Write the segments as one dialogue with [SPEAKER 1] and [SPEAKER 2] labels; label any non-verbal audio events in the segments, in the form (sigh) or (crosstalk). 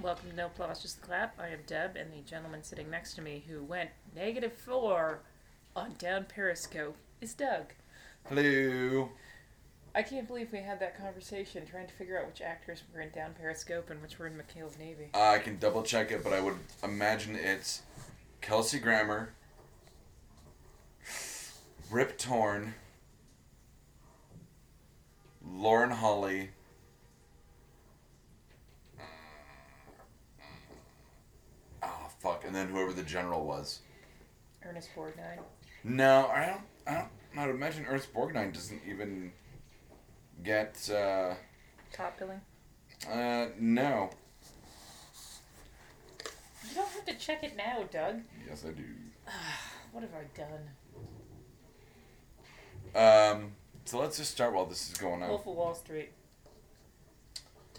[SPEAKER 1] Welcome to No Applause, Just the Clap. I am Deb, and the gentleman sitting next to me who went negative four on Down Periscope is Doug.
[SPEAKER 2] Hello.
[SPEAKER 1] I can't believe we had that conversation trying to figure out which actors were in Down Periscope and which were in McHale's Navy.
[SPEAKER 2] I can double check it, but I would imagine it's Kelsey Grammer, Rip Torn, Lauren Holly, oh fuck, and then whoever the general was.
[SPEAKER 1] Ernest Borgnine.
[SPEAKER 2] No, I don't. I don't. I would imagine Ernst Borgnine doesn't even get. Uh,
[SPEAKER 1] Top billing.
[SPEAKER 2] uh, no.
[SPEAKER 1] You don't have to check it now, Doug.
[SPEAKER 2] Yes, I do.
[SPEAKER 1] What have I done?
[SPEAKER 2] Um, so let's just start while this is going on.
[SPEAKER 1] Wolf of Wall Street.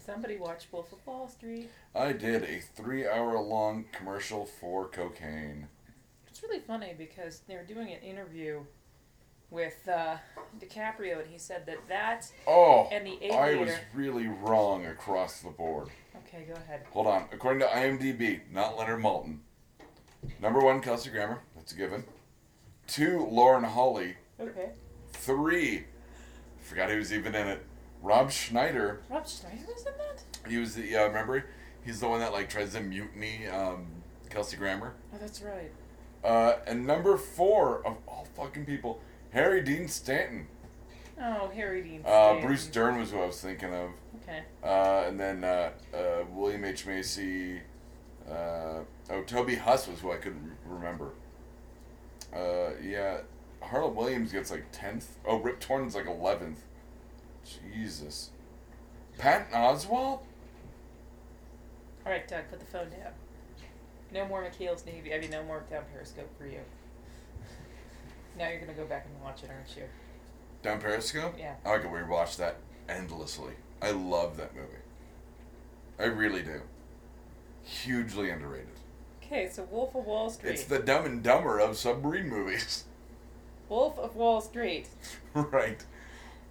[SPEAKER 1] Somebody watched Wolf of Wall Street.
[SPEAKER 2] I did a three hour long commercial for cocaine.
[SPEAKER 1] It's really funny because they were doing an interview with uh, DiCaprio, and he said that that
[SPEAKER 2] Oh,
[SPEAKER 1] and the
[SPEAKER 2] I was
[SPEAKER 1] aviator.
[SPEAKER 2] really wrong across the board.
[SPEAKER 1] Okay, go ahead.
[SPEAKER 2] Hold on. According to IMDb, not Leonard Malton. Number one, Kelsey Grammer. That's a given. Two, Lauren Holly.
[SPEAKER 1] Okay.
[SPEAKER 2] Three, forgot who was even in it. Rob Schneider.
[SPEAKER 1] Rob Schneider was in that?
[SPEAKER 2] He was the, uh, remember? He's the one that, like, tries to mutiny um, Kelsey Grammer.
[SPEAKER 1] Oh, that's right.
[SPEAKER 2] Uh, and number four of all fucking people, Harry Dean Stanton.
[SPEAKER 1] Oh, Harry Dean.
[SPEAKER 2] Uh,
[SPEAKER 1] Stanton.
[SPEAKER 2] Bruce Dern was who I was thinking of.
[SPEAKER 1] Okay.
[SPEAKER 2] Uh, and then uh, uh, William H. Macy. Uh, oh, Toby Huss was who I couldn't re- remember. Uh, yeah, Harlan Williams gets like 10th. Oh, Rip Torn's like 11th. Jesus. Patton Oswald?
[SPEAKER 1] All right, Doug, put the phone down. No more McHale's Navy. I mean, no more Down Periscope for you. Now you're gonna go back and watch it, aren't you?
[SPEAKER 2] Down Periscope?
[SPEAKER 1] Yeah.
[SPEAKER 2] I could rewatch that endlessly. I love that movie. I really do. Hugely underrated.
[SPEAKER 1] Okay, so Wolf of Wall Street.
[SPEAKER 2] It's the dumb and dumber of submarine movies. (laughs)
[SPEAKER 1] Wolf of Wall Street.
[SPEAKER 2] right.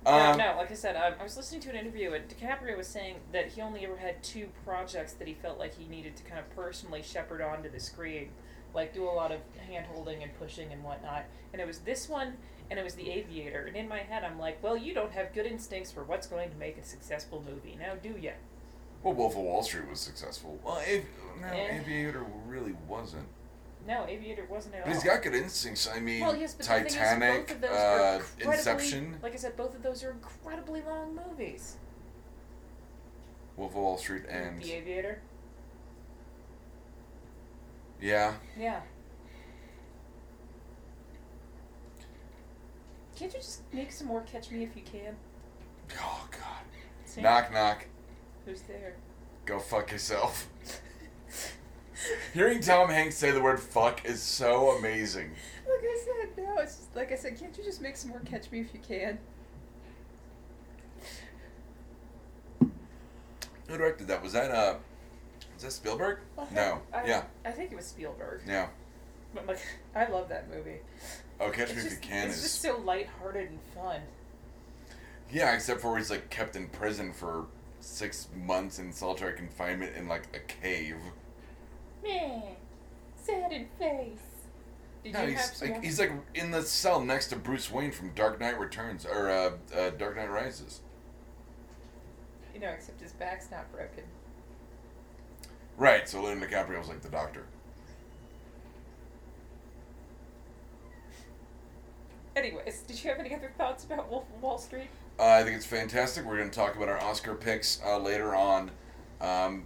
[SPEAKER 1] No,
[SPEAKER 2] Um,
[SPEAKER 1] no, like I said, I, I was listening to an interview, and DiCaprio was saying that he only ever had two projects that he felt like he needed to kind of personally shepherd onto the screen, like do a lot of hand holding and pushing and whatnot. And it was this one, and it was The Aviator. And in my head, I'm like, well, you don't have good instincts for what's going to make a successful movie, now do you?
[SPEAKER 2] Well, Wolf of Wall Street was successful. Well, Av- no,
[SPEAKER 1] Eh.
[SPEAKER 2] Aviator really wasn't.
[SPEAKER 1] No, Aviator wasn't at
[SPEAKER 2] But he's
[SPEAKER 1] all.
[SPEAKER 2] got good instincts. I mean,
[SPEAKER 1] well, yes, but
[SPEAKER 2] Titanic,
[SPEAKER 1] the thing is, both of those are
[SPEAKER 2] uh,
[SPEAKER 1] incredibly-
[SPEAKER 2] Inception,
[SPEAKER 1] Like I said, both of those are incredibly long movies.
[SPEAKER 2] Wolf of Wall Street, and
[SPEAKER 1] The Aviator,
[SPEAKER 2] yeah,
[SPEAKER 1] yeah. Can't you just make some more Catch Me If You Can?
[SPEAKER 2] oh god,
[SPEAKER 1] Sam,
[SPEAKER 2] knock knock,
[SPEAKER 1] Who's there?
[SPEAKER 2] go fuck yourself. Hearing Tom Hanks say the word "fuck" is so amazing.
[SPEAKER 1] (laughs) Like I said, no. It's just, like I said. Can't you just make some more Catch Me If You Can?
[SPEAKER 2] Who directed that? Was that uh, was that Spielberg?
[SPEAKER 1] Well,
[SPEAKER 2] No.
[SPEAKER 1] I,
[SPEAKER 2] yeah.
[SPEAKER 1] I think it was Spielberg.
[SPEAKER 2] Yeah.
[SPEAKER 1] But like, I love that movie.
[SPEAKER 2] Oh,
[SPEAKER 1] it's
[SPEAKER 2] Catch Me
[SPEAKER 1] just,
[SPEAKER 2] If You Can
[SPEAKER 1] it's
[SPEAKER 2] is
[SPEAKER 1] just so lighthearted and fun.
[SPEAKER 2] yeah, except for where he's like kept in prison for six months in solitary confinement in like a cave.
[SPEAKER 1] Man, sad in face. Did
[SPEAKER 2] no,
[SPEAKER 1] you have
[SPEAKER 2] he's
[SPEAKER 1] some
[SPEAKER 2] like
[SPEAKER 1] more-
[SPEAKER 2] he's like in the cell next to Bruce Wayne from Dark Knight Returns or uh, uh, Dark Knight Rises.
[SPEAKER 1] you know, except his back's not broken.
[SPEAKER 2] Right. So Leonardo DiCaprio was like the doctor.
[SPEAKER 1] Anyways, did you have any other thoughts about Wolf of Wall Street?
[SPEAKER 2] Uh, I think it's fantastic. We're going to talk about our Oscar picks uh, later on. Um,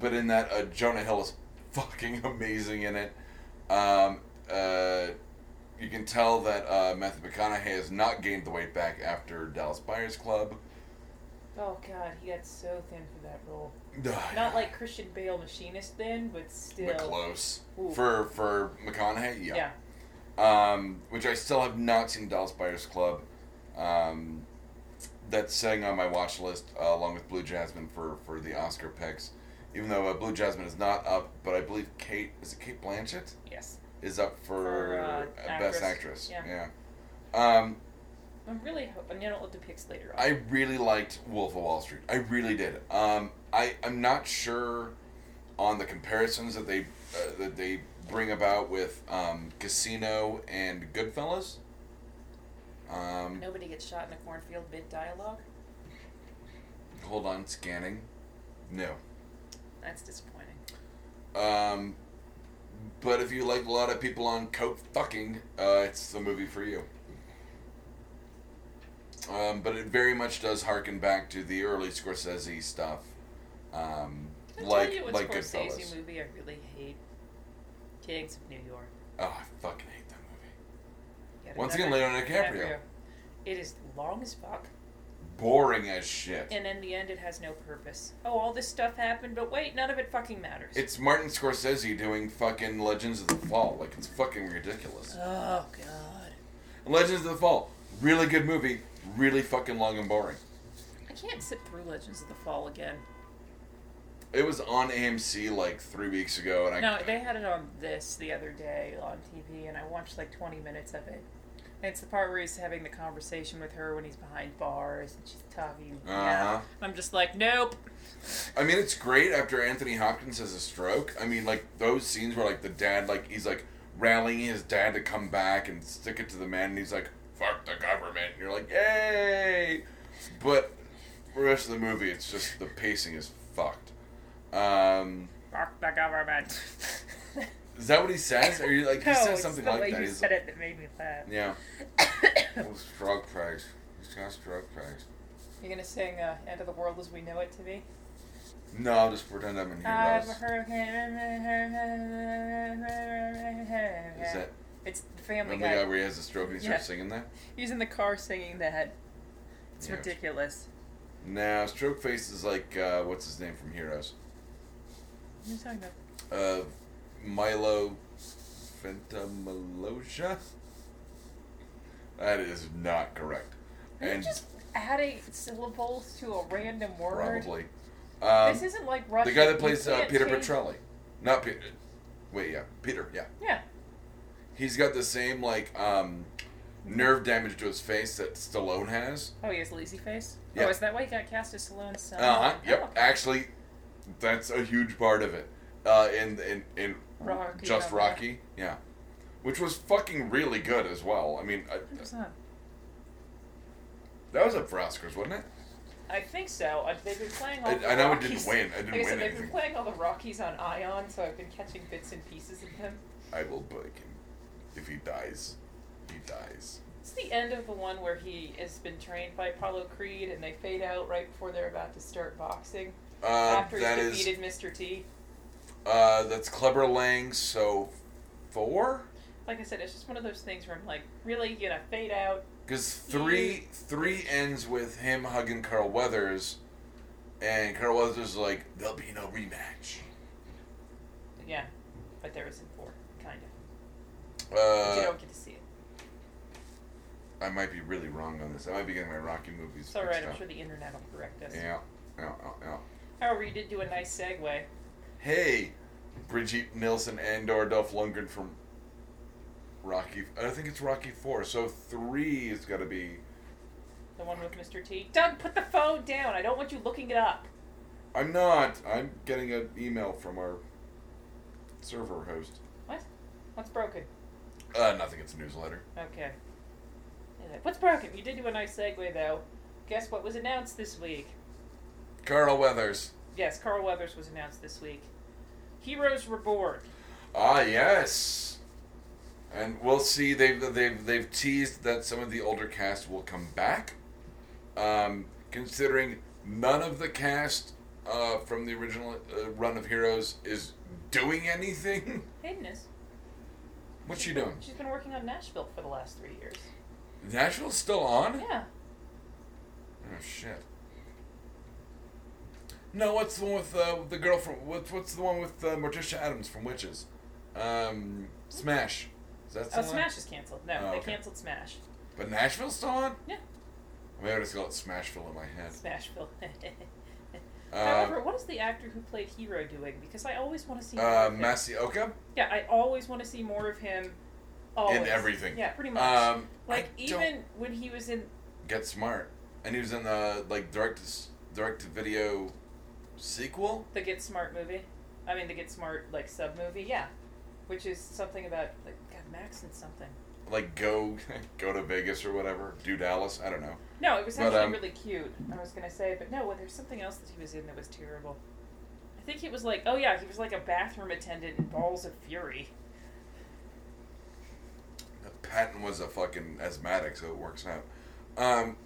[SPEAKER 2] but in that, uh, Jonah Hill is (laughs) fucking amazing in it. Um, uh, you can tell that uh, Matthew McConaughey has not gained the weight back after Dallas Buyers Club. (sighs)
[SPEAKER 1] Oh God, he got so thin for that role.
[SPEAKER 2] Ugh,
[SPEAKER 1] Not like Christian Bale machinist thin, but still.
[SPEAKER 2] but close
[SPEAKER 1] Ooh.
[SPEAKER 2] for for McConaughey.
[SPEAKER 1] yeah.
[SPEAKER 2] um, which I still have not seen Dallas Buyers Club. Um, that's sitting on my watch list uh, along with Blue Jasmine for, for the Oscar picks. Even though uh, Blue Jasmine is not up, but I believe Kate is it Kate Blanchett
[SPEAKER 1] Yes.
[SPEAKER 2] is up for,
[SPEAKER 1] For, uh,
[SPEAKER 2] uh, best
[SPEAKER 1] actress.
[SPEAKER 2] actress. yeah. Um,
[SPEAKER 1] I'm really hoping. You know, it depicts later on.
[SPEAKER 2] I really liked Wolf of Wall Street. I really did. Um, I I'm not sure on the comparisons that they uh, that they bring about with um, Casino and Goodfellas. Um,
[SPEAKER 1] Nobody gets shot in a cornfield bit dialogue.
[SPEAKER 2] Hold on, scanning. No.
[SPEAKER 1] That's disappointing.
[SPEAKER 2] Um, but if you like a lot of people on coke fucking, uh, it's the movie for you. Um, but it very much does harken back to the early Scorsese stuff, um,
[SPEAKER 1] Can I
[SPEAKER 2] like
[SPEAKER 1] tell you what
[SPEAKER 2] like
[SPEAKER 1] Scorsese
[SPEAKER 2] Goodfellas.
[SPEAKER 1] movie I really hate? Kings of New York.
[SPEAKER 2] Oh, I fucking hate that movie.
[SPEAKER 1] Yet
[SPEAKER 2] Once again,
[SPEAKER 1] another
[SPEAKER 2] Leonardo DiCaprio,
[SPEAKER 1] It is long as fuck,
[SPEAKER 2] boring as shit.
[SPEAKER 1] and in the end, it has no purpose. Oh, all this stuff happened, but wait, none of it fucking matters.
[SPEAKER 2] It's Martin Scorsese doing fucking Legends of the Fall. Like it's fucking ridiculous.
[SPEAKER 1] oh god,
[SPEAKER 2] Legends of the Fall, really good movie, really fucking long and boring.
[SPEAKER 1] I can't sit through Legends of the Fall again.
[SPEAKER 2] It was on AMC like three weeks ago, and I
[SPEAKER 1] No, they had it on this the other day on TV, and I watched like 20 minutes of it. And it's the part where he's having the conversation with her when he's behind bars and she's talking.
[SPEAKER 2] Uh-huh.
[SPEAKER 1] Yeah. I'm just like, nope.
[SPEAKER 2] I mean, it's great after Anthony Hopkins has a stroke. I mean, like those scenes where like the dad, like he's like rallying his dad to come back and stick it to the man, and he's like, "Fuck the government," and you're like, "Yay!" But the rest of the movie, it's just the pacing is fucked. Um,
[SPEAKER 1] Fuck the government.
[SPEAKER 2] is that what he says? Or you like
[SPEAKER 1] (laughs)
[SPEAKER 2] he
[SPEAKER 1] no,
[SPEAKER 2] says
[SPEAKER 1] it's
[SPEAKER 2] something
[SPEAKER 1] the
[SPEAKER 2] like
[SPEAKER 1] way
[SPEAKER 2] that?
[SPEAKER 1] you
[SPEAKER 2] He's
[SPEAKER 1] said it that made me laugh. (coughs)
[SPEAKER 2] yeah. Well, it's drug price. He's got drug price.
[SPEAKER 1] You're gonna sing uh, "End of the World as We Know It" to me?
[SPEAKER 2] No, I'll just pretend I'm in here.
[SPEAKER 1] I'm
[SPEAKER 2] Rose.
[SPEAKER 1] a hurricane.
[SPEAKER 2] Is that
[SPEAKER 1] It's the Family
[SPEAKER 2] remember the
[SPEAKER 1] Guy.
[SPEAKER 2] guy where he has a stroke and he starts
[SPEAKER 1] Yeah.
[SPEAKER 2] singing that?
[SPEAKER 1] He's in the car singing that. It's
[SPEAKER 2] Yeah.
[SPEAKER 1] ridiculous.
[SPEAKER 2] Nah, Stroke Face is like uh, what's his name from Heroes?
[SPEAKER 1] What are you talking about?
[SPEAKER 2] Uh, Milo Fentamalosia. That is not correct.
[SPEAKER 1] Are you
[SPEAKER 2] And
[SPEAKER 1] just adding syllables to a random word?
[SPEAKER 2] probably um,
[SPEAKER 1] this isn't like Russian.
[SPEAKER 2] the guy that
[SPEAKER 1] You
[SPEAKER 2] plays uh,
[SPEAKER 1] can't
[SPEAKER 2] Peter
[SPEAKER 1] change-
[SPEAKER 2] Petrelli. Not Peter. Wait, yeah, Peter. Yeah,
[SPEAKER 1] Yeah.
[SPEAKER 2] he's got the same like um, nerve damage to his face that Stallone has.
[SPEAKER 1] Oh, he has lazy face.
[SPEAKER 2] Yeah.
[SPEAKER 1] Oh, is that why he got cast as Stallone's son?
[SPEAKER 2] Uh huh.
[SPEAKER 1] Oh,
[SPEAKER 2] Yep.
[SPEAKER 1] okay.
[SPEAKER 2] Actually, that's a huge part of it. Uh, in in in
[SPEAKER 1] Rocky,
[SPEAKER 2] just
[SPEAKER 1] yeah.
[SPEAKER 2] Rocky, yeah, which was fucking really good as well. I mean, I,
[SPEAKER 1] 100%.
[SPEAKER 2] that was up for Oscars, wasn't it?
[SPEAKER 1] I think so. I, they've been playing all.
[SPEAKER 2] I-
[SPEAKER 1] the
[SPEAKER 2] I know it
[SPEAKER 1] Oh, Rockies.
[SPEAKER 2] didn't win. I didn't
[SPEAKER 1] like I said,
[SPEAKER 2] win
[SPEAKER 1] They've
[SPEAKER 2] anything.
[SPEAKER 1] been playing all the Rockies on Ion, so I've been catching bits and pieces of them.
[SPEAKER 2] I will break him if he dies. He dies.
[SPEAKER 1] It's the end of the one where he has been trained by Apollo Creed, and they fade out right before they're about to start boxing.
[SPEAKER 2] Uh,
[SPEAKER 1] after
[SPEAKER 2] that
[SPEAKER 1] he's
[SPEAKER 2] is
[SPEAKER 1] defeated Mr. T.
[SPEAKER 2] uh, that's clever Lang. So four,
[SPEAKER 1] Like I said, it's just one of those things where I'm like, really, you're gonna fade out?
[SPEAKER 2] because three three ends with him hugging Carl Weathers, and Carl Weathers is like, "There'll be no rematch."
[SPEAKER 1] Yeah, but there isn't four, kind of.
[SPEAKER 2] Uh,
[SPEAKER 1] But you don't get to see it.
[SPEAKER 2] I might be really wrong on this. I might be getting my Rocky movies.
[SPEAKER 1] It's all
[SPEAKER 2] mixed
[SPEAKER 1] right. I'm
[SPEAKER 2] up.
[SPEAKER 1] sure the internet will correct us.
[SPEAKER 2] Yeah, yeah, yeah, yeah.
[SPEAKER 1] However, you did do a nice segue.
[SPEAKER 2] Hey, Brigitte Nielsen and or Dolph Lundgren from Rocky. I think it's Rocky Four. So three is got to be.
[SPEAKER 1] The one with Mr. T. Doug, put the phone down. I don't want you looking it up.
[SPEAKER 2] I'm not. I'm getting an email from our server host.
[SPEAKER 1] What? What's broken?
[SPEAKER 2] Uh, nothing. It's a newsletter.
[SPEAKER 1] Okay. Anyway, What's broken? You did do a nice segue, though. Guess what was announced this week?
[SPEAKER 2] Carl Weathers.
[SPEAKER 1] Yes, Carl Weathers was announced this week. Heroes Reborn.
[SPEAKER 2] Ah, yes. And we'll see. They've they've they've teased that some of the older cast will come back. Um, considering none of the cast uh, from the original uh, run of Heroes is doing anything. (laughs)
[SPEAKER 1] Hayden is.
[SPEAKER 2] What's she doing?
[SPEAKER 1] She's been working on Nashville for the last three years.
[SPEAKER 2] Nashville's still on.
[SPEAKER 1] Yeah.
[SPEAKER 2] Oh shit. No, what's the one with uh, with the girl from what's what's the one with uh, Morticia Adams from Witches? Um, Smash. Is that
[SPEAKER 1] Oh,
[SPEAKER 2] still on?
[SPEAKER 1] Smash is canceled. No,
[SPEAKER 2] Oh,
[SPEAKER 1] they
[SPEAKER 2] okay.
[SPEAKER 1] canceled Smash.
[SPEAKER 2] But Nashville's still on.
[SPEAKER 1] Yeah.
[SPEAKER 2] Maybe I just call it Smashville in my head.
[SPEAKER 1] Smashville. (laughs) However,
[SPEAKER 2] Uh,
[SPEAKER 1] what is the actor who played Hero doing? Because I always want to see. more
[SPEAKER 2] uh,
[SPEAKER 1] of him.
[SPEAKER 2] Masioka.
[SPEAKER 1] yeah, I always want to see more of him. Always.
[SPEAKER 2] everything.
[SPEAKER 1] Yeah, pretty much.
[SPEAKER 2] Um,
[SPEAKER 1] like
[SPEAKER 2] I
[SPEAKER 1] even when he was in
[SPEAKER 2] don't get smart, and he was in the like direct direct to video sequel.
[SPEAKER 1] the Get Smart movie. I mean, the Get Smart like sub movie, yeah, which is something about like God Max and something.
[SPEAKER 2] Like go (laughs) go to Vegas or whatever. Do Dallas. I don't know.
[SPEAKER 1] No, it was
[SPEAKER 2] But,
[SPEAKER 1] actually
[SPEAKER 2] um,
[SPEAKER 1] really cute. I was gonna say, but no, well, there's something else that he was in that was terrible. I think he was like, oh yeah, he was like a bathroom attendant in Balls of Fury.
[SPEAKER 2] Patton was a fucking asthmatic, so it works out. Um,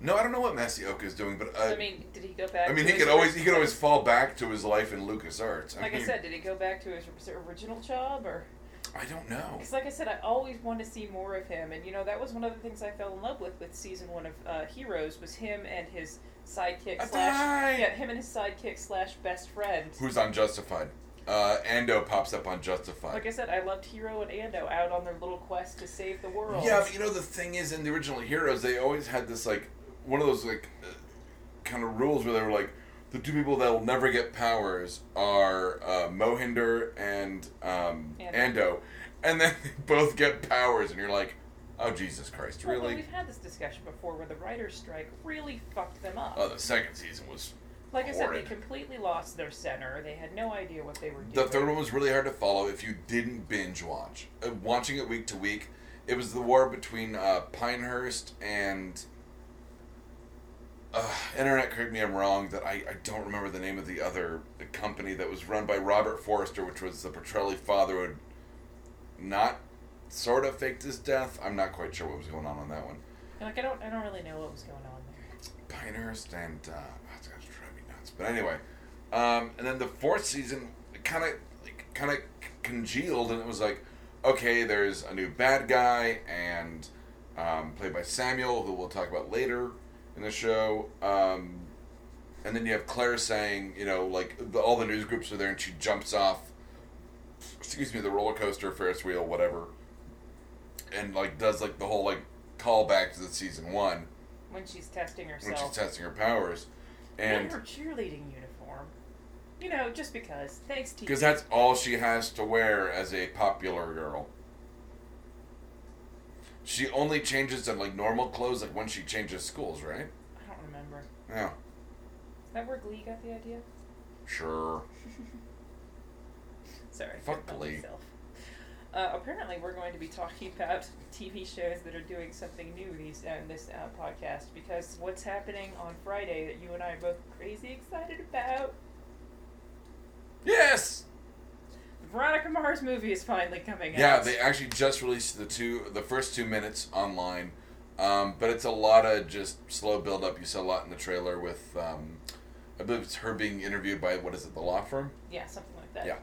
[SPEAKER 2] no, I don't know what Masioka is doing, but uh,
[SPEAKER 1] I mean, did he go back?
[SPEAKER 2] I mean,
[SPEAKER 1] to
[SPEAKER 2] he
[SPEAKER 1] his
[SPEAKER 2] could always he
[SPEAKER 1] orig-
[SPEAKER 2] could always fall back to his life in LucasArts. I
[SPEAKER 1] Like I
[SPEAKER 2] mean,
[SPEAKER 1] said, did he go back to his original job or?
[SPEAKER 2] I don't know.
[SPEAKER 1] Because, like I said, I always want to see more of him, and you know that was one of the things I fell in love with with season one of uh, Heroes was him and his sidekick
[SPEAKER 2] That's
[SPEAKER 1] slash
[SPEAKER 2] right.
[SPEAKER 1] yeah him and his sidekick slash best friend.
[SPEAKER 2] Who's on Justified? Uh, Ando pops up on Justified.
[SPEAKER 1] Like I said, I loved Hero and Ando out on their little quest to save the world.
[SPEAKER 2] Yeah, but you know the thing is, in the original Heroes, they always had this like one of those like uh, kind of rules where they were like the two people that will never get powers are uh, Mohinder and um,
[SPEAKER 1] Ando.
[SPEAKER 2] Ando, and then (laughs) they both get powers, and you're like, oh Jesus Christ,
[SPEAKER 1] Well,
[SPEAKER 2] really?
[SPEAKER 1] we've had this discussion before where the writer's strike really fucked them up.
[SPEAKER 2] Oh, the second season was.
[SPEAKER 1] like I said, they
[SPEAKER 2] horrid.
[SPEAKER 1] completely lost their center. They had no idea what they were doing.
[SPEAKER 2] The third one was really hard to follow if you didn't binge watch. Uh, watching it week to week, it was the war between uh, Pinehurst and. Uh, Internet, correct me if I'm wrong, that I, I don't remember the name of the other company that was run by Robert Forrester, which was the Petrelli father who had not sort of faked his death. I'm not quite sure what was going on on that one.
[SPEAKER 1] And, like I don't, I don't really know what was going on there.
[SPEAKER 2] Pinehurst and uh, that's gonna drive me nuts. But anyway, um, and then the fourth season kind of like kind of congealed, and it was like, okay, there's a new bad guy, and um, played by Samuel, who we'll talk about later in the show. Um, and then you have Claire saying, you know, like the, all the news groups are there, and she jumps off. Excuse me, the roller coaster, Ferris wheel, whatever, and like does like the whole like callback to the season one
[SPEAKER 1] When she's testing
[SPEAKER 2] when
[SPEAKER 1] herself.
[SPEAKER 2] she's testing her powers,
[SPEAKER 1] in her
[SPEAKER 2] and
[SPEAKER 1] cheerleading uniform. You know, just because. Thanks, teacher.
[SPEAKER 2] because that's all she has to wear as a popular girl. She only changes to like normal clothes like when she changes schools, right?
[SPEAKER 1] I don't remember.
[SPEAKER 2] Yeah,
[SPEAKER 1] Is that where Glee got the idea?
[SPEAKER 2] sure.
[SPEAKER 1] Sorry. I
[SPEAKER 2] Fuck
[SPEAKER 1] couldn't help
[SPEAKER 2] Glee.
[SPEAKER 1] myself. Uh, apparently, we're going to be talking about TV shows that are doing something new these uh, this uh, podcast because what's happening on Friday that you and I are both crazy excited about?
[SPEAKER 2] Yes.
[SPEAKER 1] The Veronica Mars movie is finally coming
[SPEAKER 2] Yeah,
[SPEAKER 1] out.
[SPEAKER 2] they actually just released the two, the first two minutes online, um, but it's a lot of just slow build up. You saw a lot in the trailer with, um, I believe it's her being interviewed by what is it, the law firm?
[SPEAKER 1] yeah, something like that.
[SPEAKER 2] Yeah.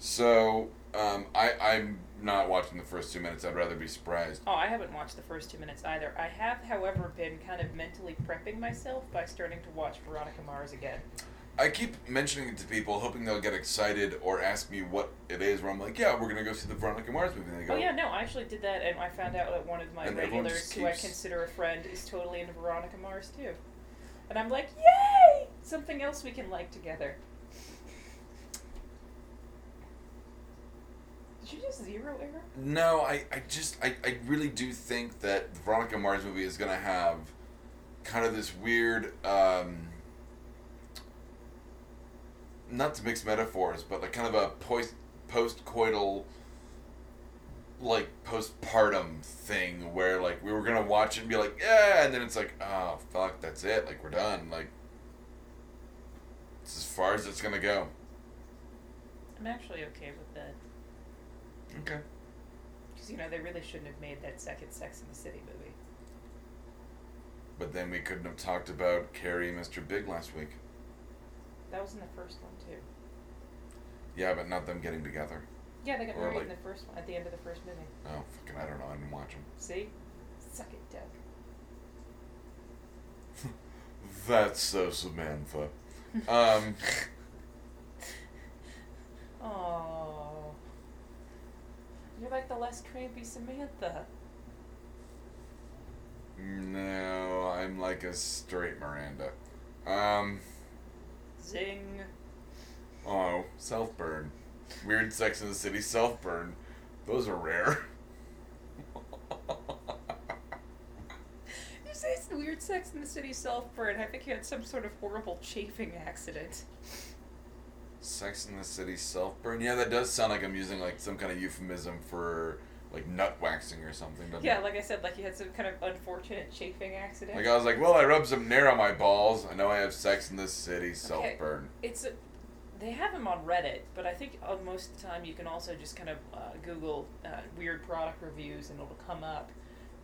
[SPEAKER 2] So um, I, I'm not watching the first two minutes. I'd rather be surprised.
[SPEAKER 1] Oh, I haven't watched the first two minutes either. I have, however, been kind of mentally prepping myself by starting to watch Veronica Mars again.
[SPEAKER 2] I keep mentioning it to people, hoping they'll get excited or ask me what it is. Where I'm like, yeah, we're gonna go see the Veronica Mars movie. And they go,
[SPEAKER 1] Oh yeah, no, I actually did that, and I found out that one of my
[SPEAKER 2] And everyone
[SPEAKER 1] regulars,
[SPEAKER 2] just
[SPEAKER 1] who I
[SPEAKER 2] keeps-
[SPEAKER 1] consider a friend, is totally into Veronica Mars too. And I'm like, yay! Something else we can like together. Did you just zero error?
[SPEAKER 2] No, I, I just, I, I really do think that the Veronica Mars movie is gonna have kind of this weird, um, not to mix metaphors, but like kind of a post post coital, like postpartum thing where like we were gonna watch it and be like, yeah, and then it's like, oh fuck, that's it, like we're done, like it's as far as it's gonna go.
[SPEAKER 1] I'm actually okay with that
[SPEAKER 2] Okay.
[SPEAKER 1] because you know they really shouldn't have made that second Sex in the City movie.
[SPEAKER 2] But then we couldn't have talked about Carrie, and Mr. Big last week.
[SPEAKER 1] That was in the first one too.
[SPEAKER 2] Yeah, but not them getting together.
[SPEAKER 1] Yeah, they got
[SPEAKER 2] Or,
[SPEAKER 1] married in
[SPEAKER 2] like-
[SPEAKER 1] the first one at the end of the first movie.
[SPEAKER 2] Oh, fucking, I don't know. I didn't watch them.
[SPEAKER 1] See, suck it, Doug.
[SPEAKER 2] That's so Samantha. Um, (laughs)
[SPEAKER 1] Oh, you're like the less crampy Samantha.
[SPEAKER 2] no, I'm like a straight Miranda. Um,
[SPEAKER 1] Zing.
[SPEAKER 2] oh, self burn. Weird Sex in the City self burn. Those are rare. (laughs)
[SPEAKER 1] You say it's the weird Sex in the City self burn. I think you had some sort of horrible chafing accident.
[SPEAKER 2] Sex in the City self burn. Yeah, that does sound like I'm using like some kind of euphemism for like nut waxing or something. doesn't
[SPEAKER 1] Yeah,
[SPEAKER 2] it?
[SPEAKER 1] like I said, like you had some kind of unfortunate chafing accident.
[SPEAKER 2] Like I was like, well, I rubbed some Nair on my balls. I know I have Sex in the City self burn.
[SPEAKER 1] it's a, they have them on Reddit, but I think uh, most of the time you can also just kind of uh, Google uh, weird product reviews and it'll come up.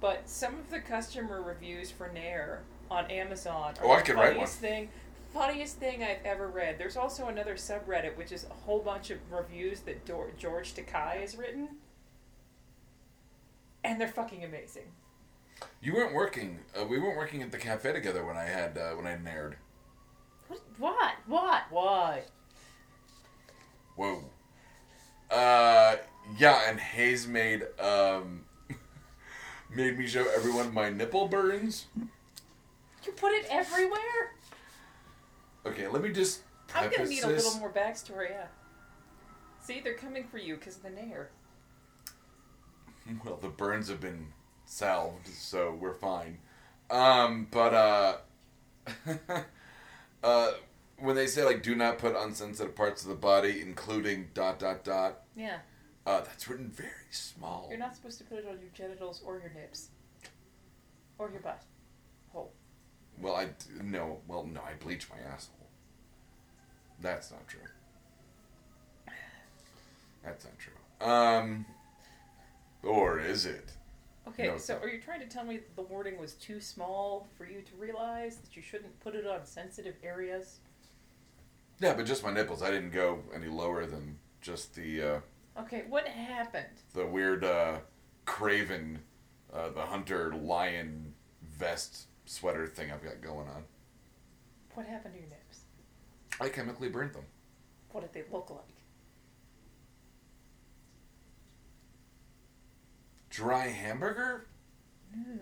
[SPEAKER 1] But some of the customer reviews for Nair on Amazon are
[SPEAKER 2] Oh, I
[SPEAKER 1] the
[SPEAKER 2] could write one.
[SPEAKER 1] funniest thing. Funniest thing I've ever read. There's also another subreddit which is a whole bunch of reviews that Dor- George Takai has written, and they're fucking amazing.
[SPEAKER 2] You weren't working. Uh, we weren't working at the cafe together when I had uh, when I Naired.
[SPEAKER 1] What? What? What? Why?
[SPEAKER 2] Whoa. Uh, yeah, and Hayes made um, (laughs) made me show everyone my nipple burns.
[SPEAKER 1] You put it everywhere.
[SPEAKER 2] Okay, let me just.
[SPEAKER 1] I'm gonna
[SPEAKER 2] preface
[SPEAKER 1] need a little
[SPEAKER 2] this.
[SPEAKER 1] more backstory. Yeah. See, they're coming for you because of the nair.
[SPEAKER 2] Well, the burns have been salved, so we're fine. Um, but uh, (laughs) uh, when they say like, do not put unsensitive parts of the body, including dot dot dot,
[SPEAKER 1] Yeah,
[SPEAKER 2] uh, that's written very small.
[SPEAKER 1] you're not supposed to put it on your genitals or your nips, or your butt. Hole.
[SPEAKER 2] Well, I d- no. Well, no, I bleach my asshole. That's not true. That's not true. Um, or is it?
[SPEAKER 1] Okay,
[SPEAKER 2] No, it's
[SPEAKER 1] so
[SPEAKER 2] not.
[SPEAKER 1] are you trying to tell me that the wording was too small for you to realize that you shouldn't put it on sensitive areas?
[SPEAKER 2] Yeah, but just my nipples. I didn't go any lower than just the uh,
[SPEAKER 1] Okay, what happened?
[SPEAKER 2] the weird uh, Craven, uh, the hunter lion vest sweater thing I've got going on.
[SPEAKER 1] What happened to your nips?
[SPEAKER 2] I chemically burnt them.
[SPEAKER 1] What did they look like?
[SPEAKER 2] Dry hamburger,
[SPEAKER 1] Mm.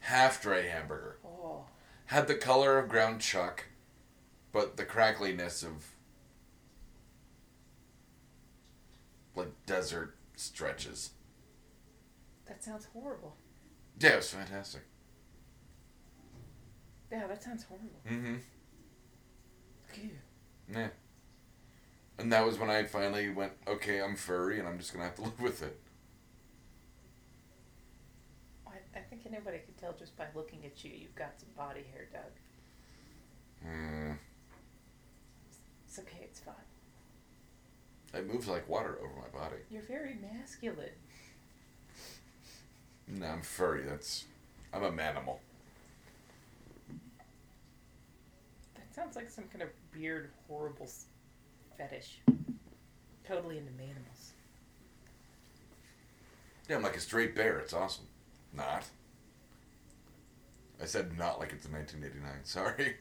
[SPEAKER 2] half dry hamburger.
[SPEAKER 1] Oh,
[SPEAKER 2] had the color of ground chuck, but the crackliness of like desert stretches.
[SPEAKER 1] that sounds horrible.
[SPEAKER 2] Yeah, it was fantastic.
[SPEAKER 1] Yeah, that sounds horrible.
[SPEAKER 2] Mm-hmm.
[SPEAKER 1] Ew.
[SPEAKER 2] Yeah. And that was when I finally went, okay, I'm furry, and I'm just gonna have to (laughs) live with it.
[SPEAKER 1] I, I think anybody can tell just by looking at you, you've got some body hair, Doug.
[SPEAKER 2] Mm.
[SPEAKER 1] It's okay, it's fine.
[SPEAKER 2] It moves like water over my body.
[SPEAKER 1] You're very masculine.
[SPEAKER 2] No, I'm furry. That's, I'm a manimal.
[SPEAKER 1] That sounds like some kind of weird, horrible s- fetish. Totally into animals.
[SPEAKER 2] Yeah, I'm like a straight bear. It's awesome. Not. I said not like it's in 1989. (laughs) Sorry.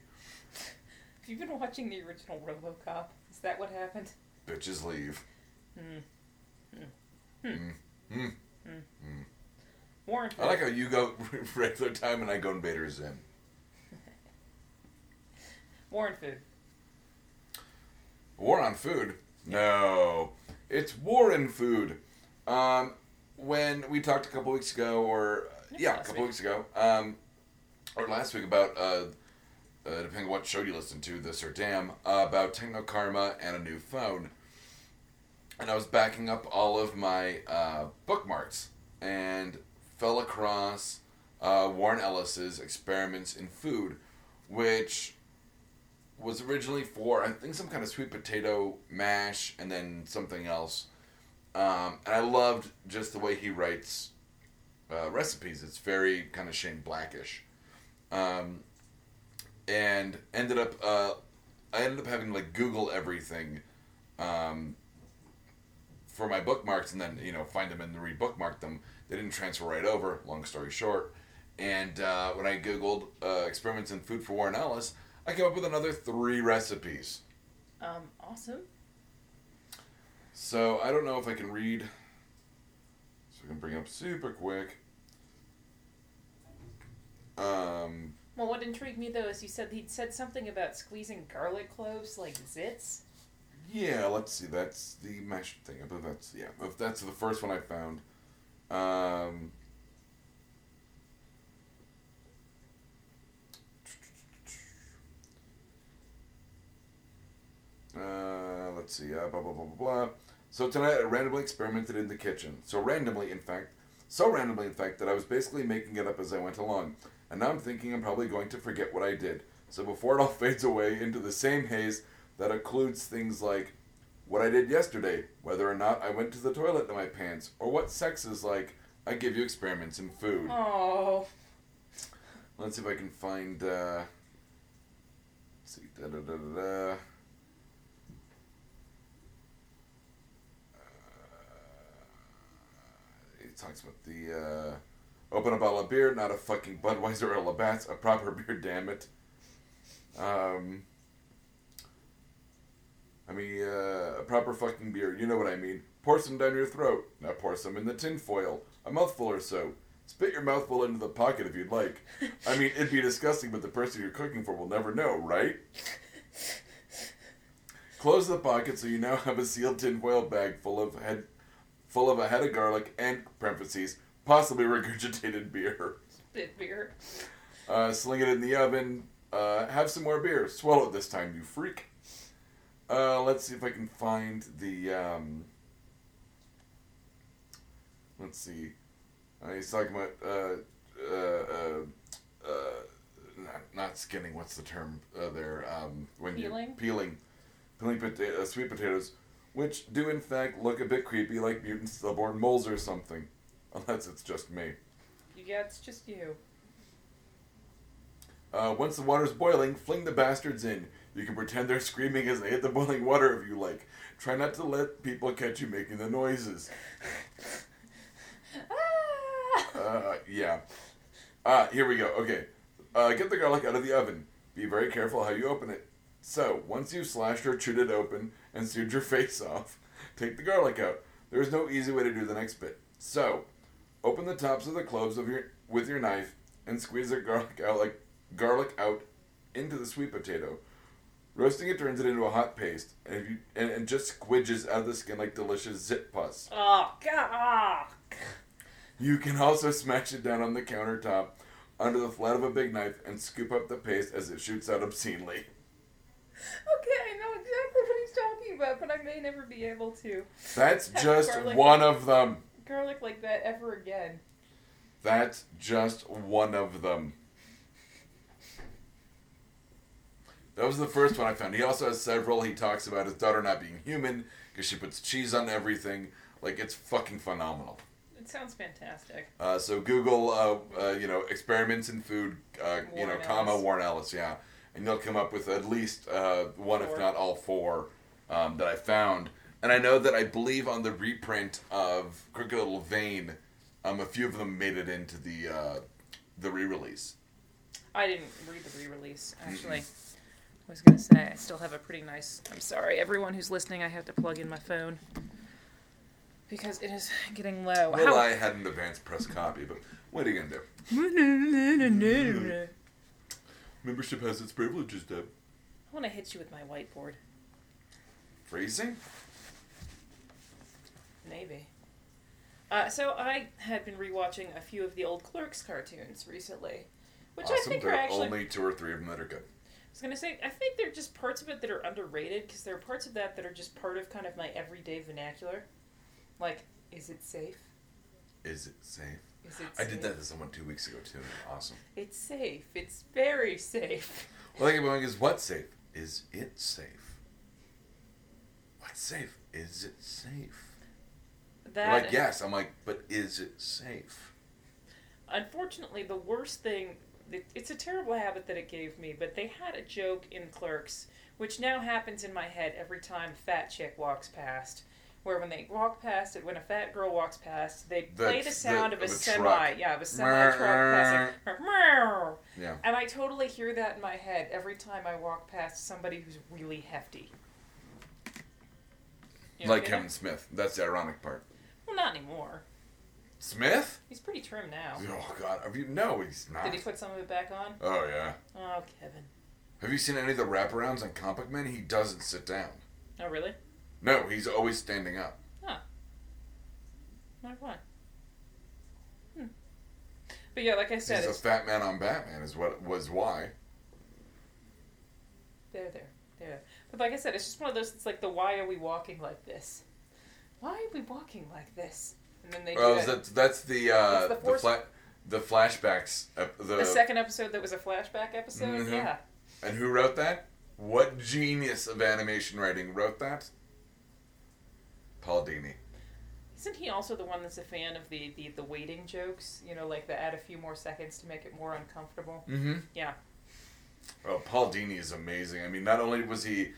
[SPEAKER 1] Have you been watching the original RoboCop? Is that what happened?
[SPEAKER 2] Bitches leave.
[SPEAKER 1] Hmm.
[SPEAKER 2] Mm. Mm.
[SPEAKER 1] Warren.
[SPEAKER 2] I like how you go (laughs) regular time and I go Invader Zim.
[SPEAKER 1] Warren food.
[SPEAKER 2] War on food? No, it's war in food. Um, when we talked a couple weeks ago, or
[SPEAKER 1] Maybe
[SPEAKER 2] yeah, a
[SPEAKER 1] last
[SPEAKER 2] couple
[SPEAKER 1] week.
[SPEAKER 2] weeks ago, um, or last week about uh, uh, depending on what show you listen to, this or damn, uh, about techno karma and a new phone. And I was backing up all of my uh, bookmarks and fell across uh, Warren Ellis's experiments in food, which was originally for I think some kind of sweet potato mash and then something else. Um, and I loved just the way he writes uh, recipes. It's very kind of Shane Blackish. Um, and ended up uh, I ended up having to like Google everything um, for my bookmarks and then you know find them and re-bookmark them. They didn't transfer right over. Long story short, and uh, when I googled uh, experiments in food for Warren Ellis, I came up with another three recipes.
[SPEAKER 1] Um, awesome.
[SPEAKER 2] So I don't know if I can read. So I can bring it up super quick. Um,
[SPEAKER 1] Well, what intrigued me though is you said he'd said something about squeezing garlic cloves like zits.
[SPEAKER 2] yeah, let's see. That's the mashed thing. I believe that's yeah. If that's the first one I found. Um, uh, let's see, uh, blah, blah, blah, blah, blah. So tonight I randomly experimented in the kitchen. So randomly, in fact, so randomly, in fact, that I was basically making it up as I went along. And now I'm thinking I'm probably going to forget what I did. So before it all (laughs) fades away into the same haze that includes things like what I did yesterday, whether or not I went to the toilet in my pants, or what sex is like, I give you experiments in food.
[SPEAKER 1] Oh.
[SPEAKER 2] Let's see if I can find. Uh, let's see, da da da da. Uh, da. It talks about the uh, open a bottle of beer, not a fucking Budweiser or a Labatt's, a proper beer, damn it. Um, I mean, uh, a proper fucking beer, you know what I mean. Pour some down your throat. Now pour some in the tin foil, a mouthful or so. Spit your mouthful into the pocket if you'd like. I mean, it'd be disgusting, but the person you're cooking for will never know, right? Close the pocket so you now have a sealed tinfoil bag full of head, full of a head of garlic and parentheses possibly regurgitated beer.
[SPEAKER 1] Spit beer.
[SPEAKER 2] Uh, sling it in the oven. Uh, have some more beer. Swallow it this time, you freak. Uh, let's see if I can find the. Um, let's see. Uh, he's talking about uh, uh, uh, uh, not, not skinning. What's the term uh, there? Um, when
[SPEAKER 1] Peeling?
[SPEAKER 2] you peeling, peeling pota- uh, sweet potatoes, which do in fact look a bit creepy, like mutant stillborn moles or something, unless it's just me.
[SPEAKER 1] Yeah, it's just you.
[SPEAKER 2] Uh, once the water's boiling, fling the bastards in. You can pretend they're screaming as they hit the boiling water if you like. Try not to let people catch you making the noises.
[SPEAKER 1] Ah!
[SPEAKER 2] Uh, yeah. Ah, here we go. Okay. Uh, get the garlic out of the oven. Be very careful how you open it. So, once you've slashed or chewed it open and seared your (laughs) face off, take the garlic out. There is no easy way to do the next bit. So, open the tops of the cloves of your with your knife and squeeze the garlic out like garlic out into the sweet potato. Roasting it turns it into a hot paste, and if you and, and just squidges out of the skin like delicious zit pus.
[SPEAKER 1] Oh, God. ah.
[SPEAKER 2] You can also smash it down on the countertop under the flat of a big knife and scoop up the paste as it shoots out obscenely.
[SPEAKER 1] Okay, I know exactly what he's talking about, but I may never be able to.
[SPEAKER 2] That's just
[SPEAKER 1] Garlic.
[SPEAKER 2] one of them.
[SPEAKER 1] Garlic like that ever again.
[SPEAKER 2] That's just one of them. That was the first one I found. He also has several. He talks about his daughter not being human because she puts cheese on everything. Like, it's fucking phenomenal.
[SPEAKER 1] It sounds fantastic.
[SPEAKER 2] Uh, so Google, uh, uh, you know, experiments in food, uh, you know,
[SPEAKER 1] Warren
[SPEAKER 2] comma
[SPEAKER 1] Ellis.
[SPEAKER 2] Warren Ellis, yeah, and you'll come up with at least uh, one, if
[SPEAKER 1] Four.
[SPEAKER 2] not all four, um, that I found. And I know that I believe on the reprint of Crooked Little Vein, um, a few of them made it into the uh, the re-release.
[SPEAKER 1] I didn't read the re-release actually. I was gonna say I still have a pretty nice. I'm sorry, everyone who's listening. I have to plug in my phone because it is getting low.
[SPEAKER 2] Well,
[SPEAKER 1] How-
[SPEAKER 2] I had an advanced press copy, but what are you gonna do?
[SPEAKER 1] I
[SPEAKER 2] Membership has its privileges, Deb.
[SPEAKER 1] want to hit you with my whiteboard.
[SPEAKER 2] Freezing?
[SPEAKER 1] Maybe. Uh, so I had been rewatching a few of the old Clerks cartoons recently, which I
[SPEAKER 2] awesome.
[SPEAKER 1] think
[SPEAKER 2] There
[SPEAKER 1] are
[SPEAKER 2] are
[SPEAKER 1] actually.
[SPEAKER 2] only two or three of them that are good.
[SPEAKER 1] I was gonna say I think they're just parts of it that are underrated because there are parts of that that are just part of kind of my everyday vernacular, like is it safe?
[SPEAKER 2] Is it safe?
[SPEAKER 1] Is it?
[SPEAKER 2] I
[SPEAKER 1] Safe?
[SPEAKER 2] did that to someone two weeks ago too. and it was Awesome.
[SPEAKER 1] It's safe. It's very safe.
[SPEAKER 2] (laughs) Well, I keep going is what's safe? Is it safe? What's safe? Is it safe? They're
[SPEAKER 1] That
[SPEAKER 2] like, yes. I'm like, but is it safe?
[SPEAKER 1] unfortunately the worst thing it- it's a terrible habit that it gave me, but they had a joke in Clerks, which now happens in my head every time fat chick walks past. Where when they walk past it, when a fat girl walks past, they play
[SPEAKER 2] That's
[SPEAKER 1] the
[SPEAKER 2] the-
[SPEAKER 1] sound of a,
[SPEAKER 2] of a
[SPEAKER 1] semi,
[SPEAKER 2] truck.
[SPEAKER 1] yeah, of a semi truck passing. Meow.
[SPEAKER 2] Yeah.
[SPEAKER 1] And I totally hear that in my head every time I walk past somebody who's really hefty. You know
[SPEAKER 2] like
[SPEAKER 1] what I mean?
[SPEAKER 2] Kevin Smith. That's the ironic part.
[SPEAKER 1] Well, not anymore.
[SPEAKER 2] Smith?
[SPEAKER 1] He's pretty trim now.
[SPEAKER 2] Oh God. Have you? No, he's not.
[SPEAKER 1] Did he put some of it back on?
[SPEAKER 2] oh yeah.
[SPEAKER 1] Oh, Kevin.
[SPEAKER 2] Have you seen any of the wraparounds on Compact Man? He doesn't sit down.
[SPEAKER 1] Oh, really?
[SPEAKER 2] No, he's always standing up.
[SPEAKER 1] Not fun. Hmm. But yeah, like I said,
[SPEAKER 2] He's a
[SPEAKER 1] it's
[SPEAKER 2] fat man on Batman. Is what was why.
[SPEAKER 1] there, there, there. But like I said, it's just one of those. It's like the why are we walking like this? Why are we walking like this? And then they do
[SPEAKER 2] Well,
[SPEAKER 1] that-
[SPEAKER 2] that's, that's the uh,
[SPEAKER 1] It's the
[SPEAKER 2] the,
[SPEAKER 1] force-
[SPEAKER 2] fla- the flashbacks. ep- the,
[SPEAKER 1] the second episode that was a flashback episode.
[SPEAKER 2] Mhm.
[SPEAKER 1] Yeah,
[SPEAKER 2] and who wrote that? What genius of animation writing wrote that? Paul Dini.
[SPEAKER 1] isn't he also the one that's a fan of the the the waiting jokes? You know, like the add a few more seconds to make it more uncomfortable.
[SPEAKER 2] Mm-hmm.
[SPEAKER 1] Yeah.
[SPEAKER 2] Oh, Paul Dini is amazing. I mean, not only was he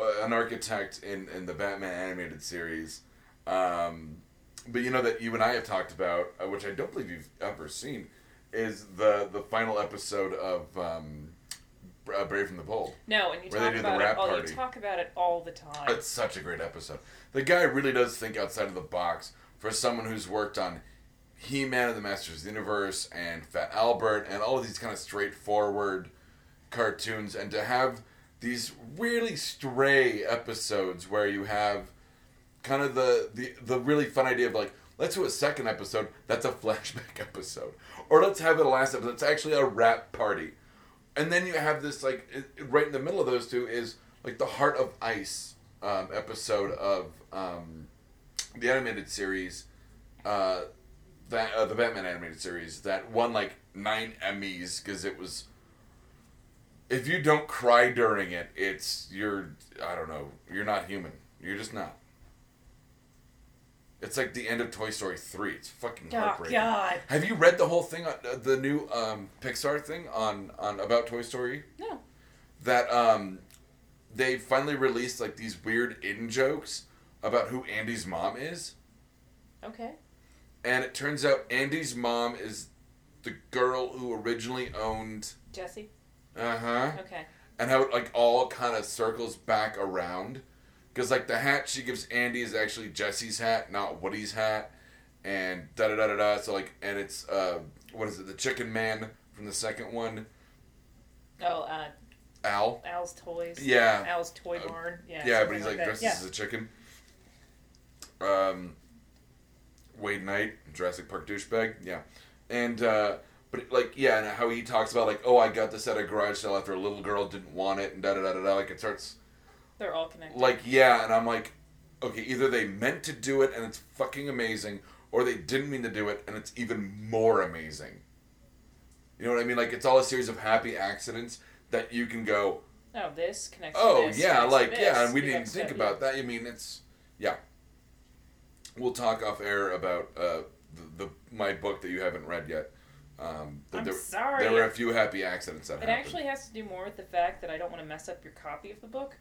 [SPEAKER 2] uh, an architect in, in the Batman animated series, um, but you know that you and I have talked about, uh, which I don't believe you've ever seen, is the the final episode of um, Bra- uh, Brave and the Bold.
[SPEAKER 1] No, and you
[SPEAKER 2] Where they
[SPEAKER 1] talk
[SPEAKER 2] do the
[SPEAKER 1] about it.
[SPEAKER 2] rap
[SPEAKER 1] all
[SPEAKER 2] party.
[SPEAKER 1] you talk about it all the time.
[SPEAKER 2] It's such a great episode. The guy really does think outside of the box for someone who's worked on He Man and the Masters of the Universe and Fat Albert and all of these kind of straightforward cartoons, and to have these really stray episodes where you have kind of the, the, the really fun idea of like, let's do a second episode that's a (laughs) flashback episode, or let's have it a last episode that's actually a rap party. And then you have this like i- right in the middle of those two is like the Heart of Ice um, episode of um, the animated series, uh, that uh, the Batman animated series that won like nine Emmys because it was. If you don't cry during it, it's you're I don't know you're not human. You're just not. It's like the end of Toy Story three. It's fucking
[SPEAKER 1] oh
[SPEAKER 2] heartbreaking.
[SPEAKER 1] God.
[SPEAKER 2] Have you read the whole thing on uh, the new um, Pixar thing on on about Toy Story?
[SPEAKER 1] No.
[SPEAKER 2] That um, they finally released like these weird in jokes about who Andy's mom is,
[SPEAKER 1] Okay.
[SPEAKER 2] and it turns out Andy's mom is the girl who originally owned.
[SPEAKER 1] Jesse.
[SPEAKER 2] Uh huh.
[SPEAKER 1] Okay.
[SPEAKER 2] And how it like all kind of circles back around, because like the hat she gives Andy is actually Jesse's hat, not Woody's hat, and da da da da da. So like, and it's uh, what is it? The Chicken Man from the second one,
[SPEAKER 1] Oh, uh,
[SPEAKER 2] Al.
[SPEAKER 1] Al's toys.
[SPEAKER 2] Yeah.
[SPEAKER 1] Al's toy
[SPEAKER 2] Uh,
[SPEAKER 1] barn. Yeah.
[SPEAKER 2] Yeah, but
[SPEAKER 1] something
[SPEAKER 2] he's like
[SPEAKER 1] that.
[SPEAKER 2] dresses
[SPEAKER 1] Yeah.
[SPEAKER 2] as a chicken. Um, Wade Knight, Jurassic Park douchebag, yeah, and uh, but like yeah, and how he talks about like oh I got this at a garage sale after a little girl didn't want it and da da da da da like it starts
[SPEAKER 1] They're all connected.
[SPEAKER 2] like yeah, and I'm like okay either they meant to do it and it's fucking amazing or they didn't mean to do it and it's even more amazing. You know what I mean? Like it's all a series of happy accidents that you can go
[SPEAKER 1] Oh, this connects.
[SPEAKER 2] Oh
[SPEAKER 1] to this,
[SPEAKER 2] yeah,
[SPEAKER 1] connects to
[SPEAKER 2] like
[SPEAKER 1] this,
[SPEAKER 2] yeah, and we didn't
[SPEAKER 1] connects to-
[SPEAKER 2] think about that. I mean, it's yeah. We'll talk off air about uh, the, the my book that you haven't read yet. Um, that
[SPEAKER 1] I'm
[SPEAKER 2] there,
[SPEAKER 1] sorry.
[SPEAKER 2] There were a few happy accidents that
[SPEAKER 1] It
[SPEAKER 2] happened.
[SPEAKER 1] actually has to do more with the fact that I don't want to mess up your copy of the book.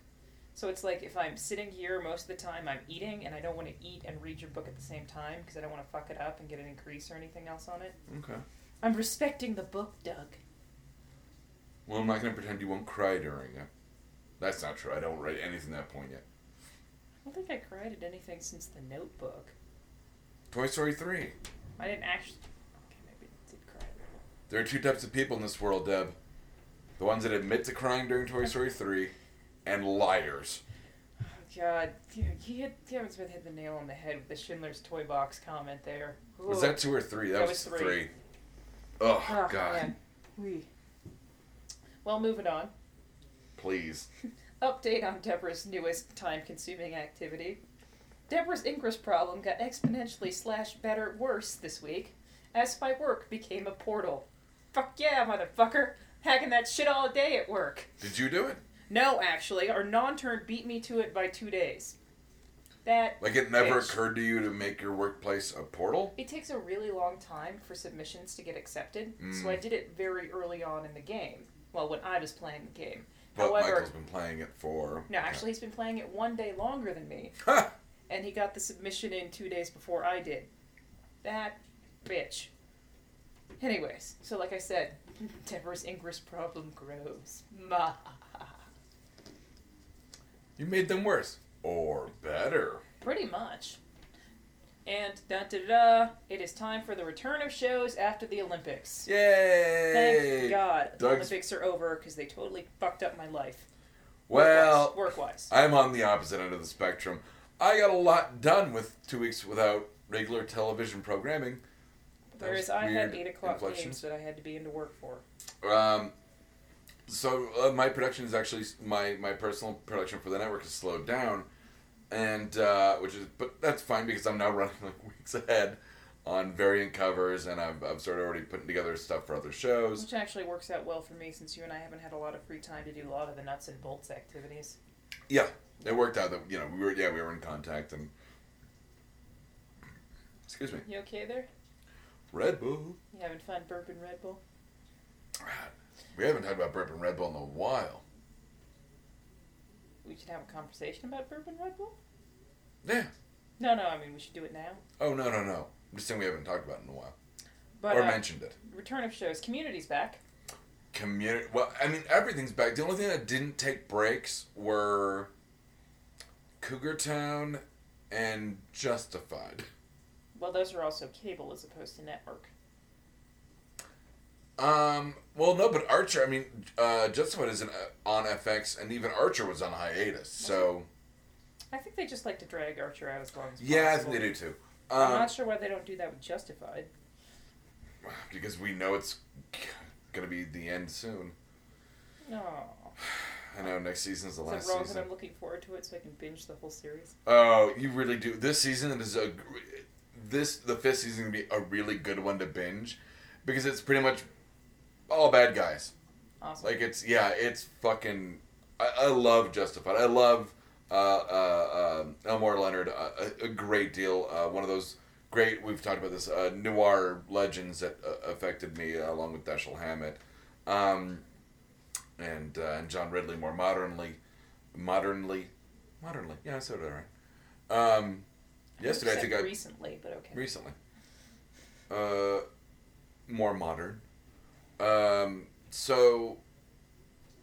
[SPEAKER 1] So it's like if I'm sitting here most of the time, I'm eating, and I don't want to eat and read your book at the same time because I don't want to fuck it up and get any grease or anything else on it.
[SPEAKER 2] okay.
[SPEAKER 1] I'm respecting the book, Doug.
[SPEAKER 2] Well, I'm not gonna pretend you won't cry during it. That's not true. I don't write anything that point yet.
[SPEAKER 1] I don't think I cried at anything since the Notebook.
[SPEAKER 2] Toy Story three.
[SPEAKER 1] I didn't actually. Okay, maybe I did cry. a little.
[SPEAKER 2] There are two types of people in this world, Deb. The ones that admit to crying during
[SPEAKER 1] (laughs)
[SPEAKER 2] Toy Story three, and liars.
[SPEAKER 1] Oh God, dude, he hit, Kevin Smith hit the nail on the head with the Schindler's Toy Box comment there.
[SPEAKER 2] Was
[SPEAKER 1] Ugh.
[SPEAKER 2] that two or three? That,
[SPEAKER 1] That
[SPEAKER 2] was,
[SPEAKER 1] was
[SPEAKER 2] three.
[SPEAKER 1] three.
[SPEAKER 2] Oh,
[SPEAKER 1] Oh,
[SPEAKER 2] God!
[SPEAKER 1] man. Whee. Well, moving on.
[SPEAKER 2] Please.
[SPEAKER 1] Update on Deborah's newest time consuming activity. Deborah's Ingress problem got exponentially slash better worse this week as my work became a portal. Fuck yeah, motherfucker! Hacking that shit all day at work.
[SPEAKER 2] Did you do it?
[SPEAKER 1] No, actually, our non turn beat me to it by two days. That.
[SPEAKER 2] Like it never
[SPEAKER 1] Bitch.
[SPEAKER 2] occurred to you to make your workplace a portal?
[SPEAKER 1] It takes a really long time for submissions to get accepted, so I did it very early on in the game. Well, when I was playing the game.
[SPEAKER 2] But
[SPEAKER 1] However,
[SPEAKER 2] Michael's been playing it for
[SPEAKER 1] no, actually, he's been playing it one day longer than me.
[SPEAKER 2] (laughs) Ha!
[SPEAKER 1] and he got the submission in two days before I did. That bitch. Anyways, so like I said, (laughs) Deborah's Ingress problem grows. Ma.
[SPEAKER 2] you made them worse. Or better.
[SPEAKER 1] Pretty much. And da da da, it is time for the return of shows after the Olympics.
[SPEAKER 2] Yay!
[SPEAKER 1] Thank God the
[SPEAKER 2] Doug's-
[SPEAKER 1] Olympics are over because they totally fucked up my life.
[SPEAKER 2] Well,
[SPEAKER 1] work wise.
[SPEAKER 2] I'm on the opposite end of the spectrum. I got a lot done with two weeks without regular television programming.
[SPEAKER 1] Whereas I had
[SPEAKER 2] weird
[SPEAKER 1] eight o'clock
[SPEAKER 2] inflection.
[SPEAKER 1] games that I had to be into work for.
[SPEAKER 2] Um, so uh, my production is actually my my personal production for the network is slowed down, and uh, which is but that's fine because I'm now (laughs) running like weeks ahead on variant covers and I've I've sort of already putting together stuff for other shows.
[SPEAKER 1] Which actually works out well for me since you and I haven't had a lot of free time to do a lot of the nuts and bolts activities.
[SPEAKER 2] Yeah, it worked out that you know we were yeah we were in contact and excuse me
[SPEAKER 1] You okay there?
[SPEAKER 2] Red Bull.
[SPEAKER 1] You having fun burping Red Bull?
[SPEAKER 2] We haven't talked about burping Red Bull in a while.
[SPEAKER 1] We should have a conversation about burping Red Bull?
[SPEAKER 2] Yeah.
[SPEAKER 1] No, no, I mean, we should do it now.
[SPEAKER 2] Oh no no no. I'm just saying we haven't talked about it in a while
[SPEAKER 1] But
[SPEAKER 2] or
[SPEAKER 1] uh,
[SPEAKER 2] mentioned it.
[SPEAKER 1] return of shows. Community's back.
[SPEAKER 2] community. Well, I mean, everything's back. The only thing that didn't take breaks were Cougar Town and Justified.
[SPEAKER 1] Well, those are also cable as opposed to network.
[SPEAKER 2] Um. Well, no, but Archer. I mean, uh, Justified is an, uh, on FX, and even Archer was on hiatus. So
[SPEAKER 1] I think they just like to drag Archer out as long as
[SPEAKER 2] yeah, I
[SPEAKER 1] possible.
[SPEAKER 2] think they do too.
[SPEAKER 1] I'm
[SPEAKER 2] Um,
[SPEAKER 1] not sure why they don't do that with Justified.
[SPEAKER 2] because we know it's gonna be the end soon.
[SPEAKER 1] No.
[SPEAKER 2] I know next season's the
[SPEAKER 1] Is it
[SPEAKER 2] last
[SPEAKER 1] wrong that
[SPEAKER 2] season.
[SPEAKER 1] I'm looking forward to it so I can binge the whole series?
[SPEAKER 2] Oh, you really do. This season is a gr- this the fifth season gonna be a really good one to binge because it's pretty much all bad guys.
[SPEAKER 1] Awesome.
[SPEAKER 2] Like it's yeah, it's fucking. I, I love Justified. I love uh, uh, um Elmore Leonard a, a, a great deal. Uh, one of those great we've talked about this uh, noir legends that uh, affected me uh, along with Dashiell Hammett, um, and uh, and John Ridley more modernly, modernly, modernly. Yeah, I said it all right. Um, yesterday I
[SPEAKER 1] said
[SPEAKER 2] think I
[SPEAKER 1] recently, but okay.
[SPEAKER 2] recently. Uh, more modern. Um, so,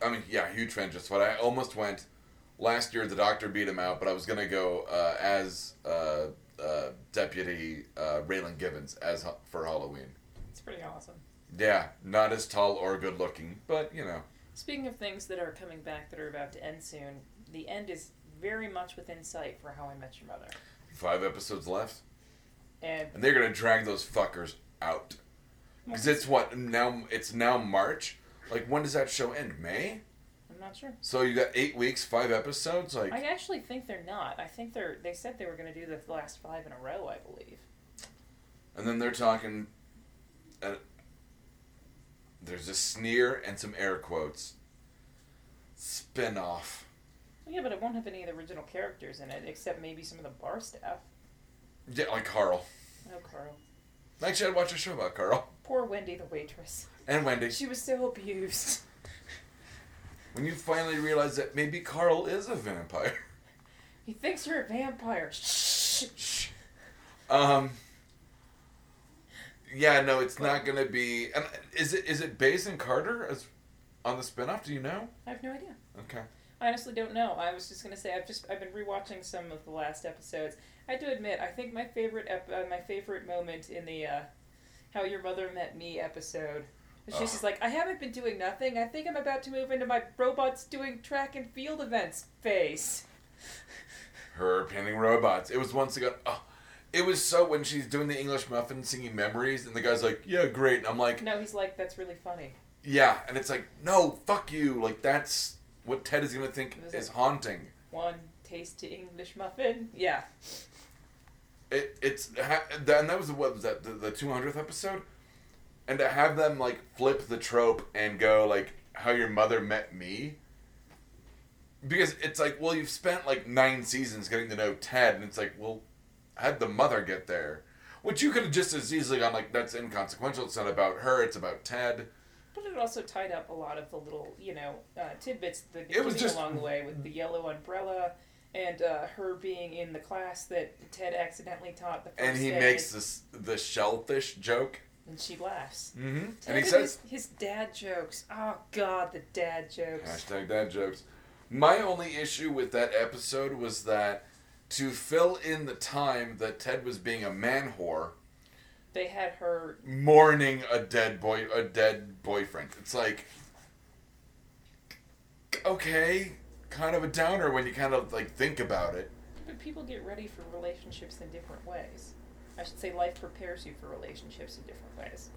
[SPEAKER 2] I mean, yeah, huge fan. Just what I almost went last year. The doctor beat him out, but I was gonna go uh, as uh, uh, deputy uh, Raylan Givens as ha- for Halloween.
[SPEAKER 1] it's pretty awesome.
[SPEAKER 2] Yeah, not as tall or good looking, but you know,
[SPEAKER 1] Speaking of things that are coming back that are about to end soon, the end is very much within sight for How I Met Your Mother.
[SPEAKER 2] five episodes left,
[SPEAKER 1] And
[SPEAKER 2] and they're gonna drag those fuckers out. Because it's what now? It's now March. Like when does that show end? May.
[SPEAKER 1] I'm not sure.
[SPEAKER 2] So you got eight weeks, five episodes. Like
[SPEAKER 1] I actually think they're not. I think they're. They said they were going to do the last five in a row. I believe.
[SPEAKER 2] And then they're talking. And there's a sneer and some air quotes. Spin off.
[SPEAKER 1] Oh, Yeah, but it won't have any of the original characters in it, except maybe some of the bar staff.
[SPEAKER 2] Yeah, like Carl.
[SPEAKER 1] Oh, Carl.
[SPEAKER 2] Actually, I'd watch a show about Carl (laughs)
[SPEAKER 1] Poor Wendy, the waitress.
[SPEAKER 2] and Wendy.
[SPEAKER 1] She was so abused.
[SPEAKER 2] When you finally realize that maybe Carl is a vampire. (laughs)
[SPEAKER 1] He thinks you're a vampire. Shh.
[SPEAKER 2] Shh. Um. Yeah, no, it's not gonna be. And is it is it Bays and Carter as on the spin off? Do you know?
[SPEAKER 1] I have no idea.
[SPEAKER 2] Okay.
[SPEAKER 1] I honestly don't know. I was just gonna say I've just I've been rewatching some of the last episodes. I have to admit, I think my favorite ep- uh, my favorite moment in the uh, "How Your Mother Met Me" episode. She's
[SPEAKER 2] Ugh.
[SPEAKER 1] just like, I haven't been doing nothing. I think I'm about to move into my robots doing track and field events phase.
[SPEAKER 2] her painting robots. It was once again. Oh, it was so when she's doing the English muffin singing memories, and the guy's like, "Yeah, great." And I'm like,
[SPEAKER 1] No, he's like, that's really funny.
[SPEAKER 2] "Yeah," and it's like, "No, fuck you!" Like that's what Ted is gonna think
[SPEAKER 1] It was
[SPEAKER 2] is
[SPEAKER 1] like-
[SPEAKER 2] haunting.
[SPEAKER 1] One taste to English muffin. Yeah.
[SPEAKER 2] It it's ha- and that was what was that the, the 200th episode, and to have them like flip the trope and go like, "How your mother met me." Because it's like, well, you've spent like nine seasons getting to know Ted, and it's like, well, how'd the mother get there? Which you could have just as easily gone like, that's inconsequential. It's not about her. It's about Ted.
[SPEAKER 1] But it also tied up a lot of the little, you know, uh, tidbits that
[SPEAKER 2] It was
[SPEAKER 1] came
[SPEAKER 2] just-
[SPEAKER 1] along the way with the yellow umbrella and uh, her being in the class that Ted accidentally taught the first
[SPEAKER 2] And he
[SPEAKER 1] day,
[SPEAKER 2] makes this the shellfish joke.
[SPEAKER 1] and she laughs.
[SPEAKER 2] Mm-hmm.
[SPEAKER 1] Ted
[SPEAKER 2] And he says,
[SPEAKER 1] his, his dad jokes. Oh God, the dad jokes.
[SPEAKER 2] hashtag dad jokes. My only issue with that episode was that to fill in the time that Ted was being a man whore,
[SPEAKER 1] They had her.
[SPEAKER 2] mourning a dead boy, a dead boyfriend. It's like, okay, kind of a downer when you kind of like think about it.
[SPEAKER 1] But people get ready for relationships in different ways. I should say life prepares you for relationships in different ways.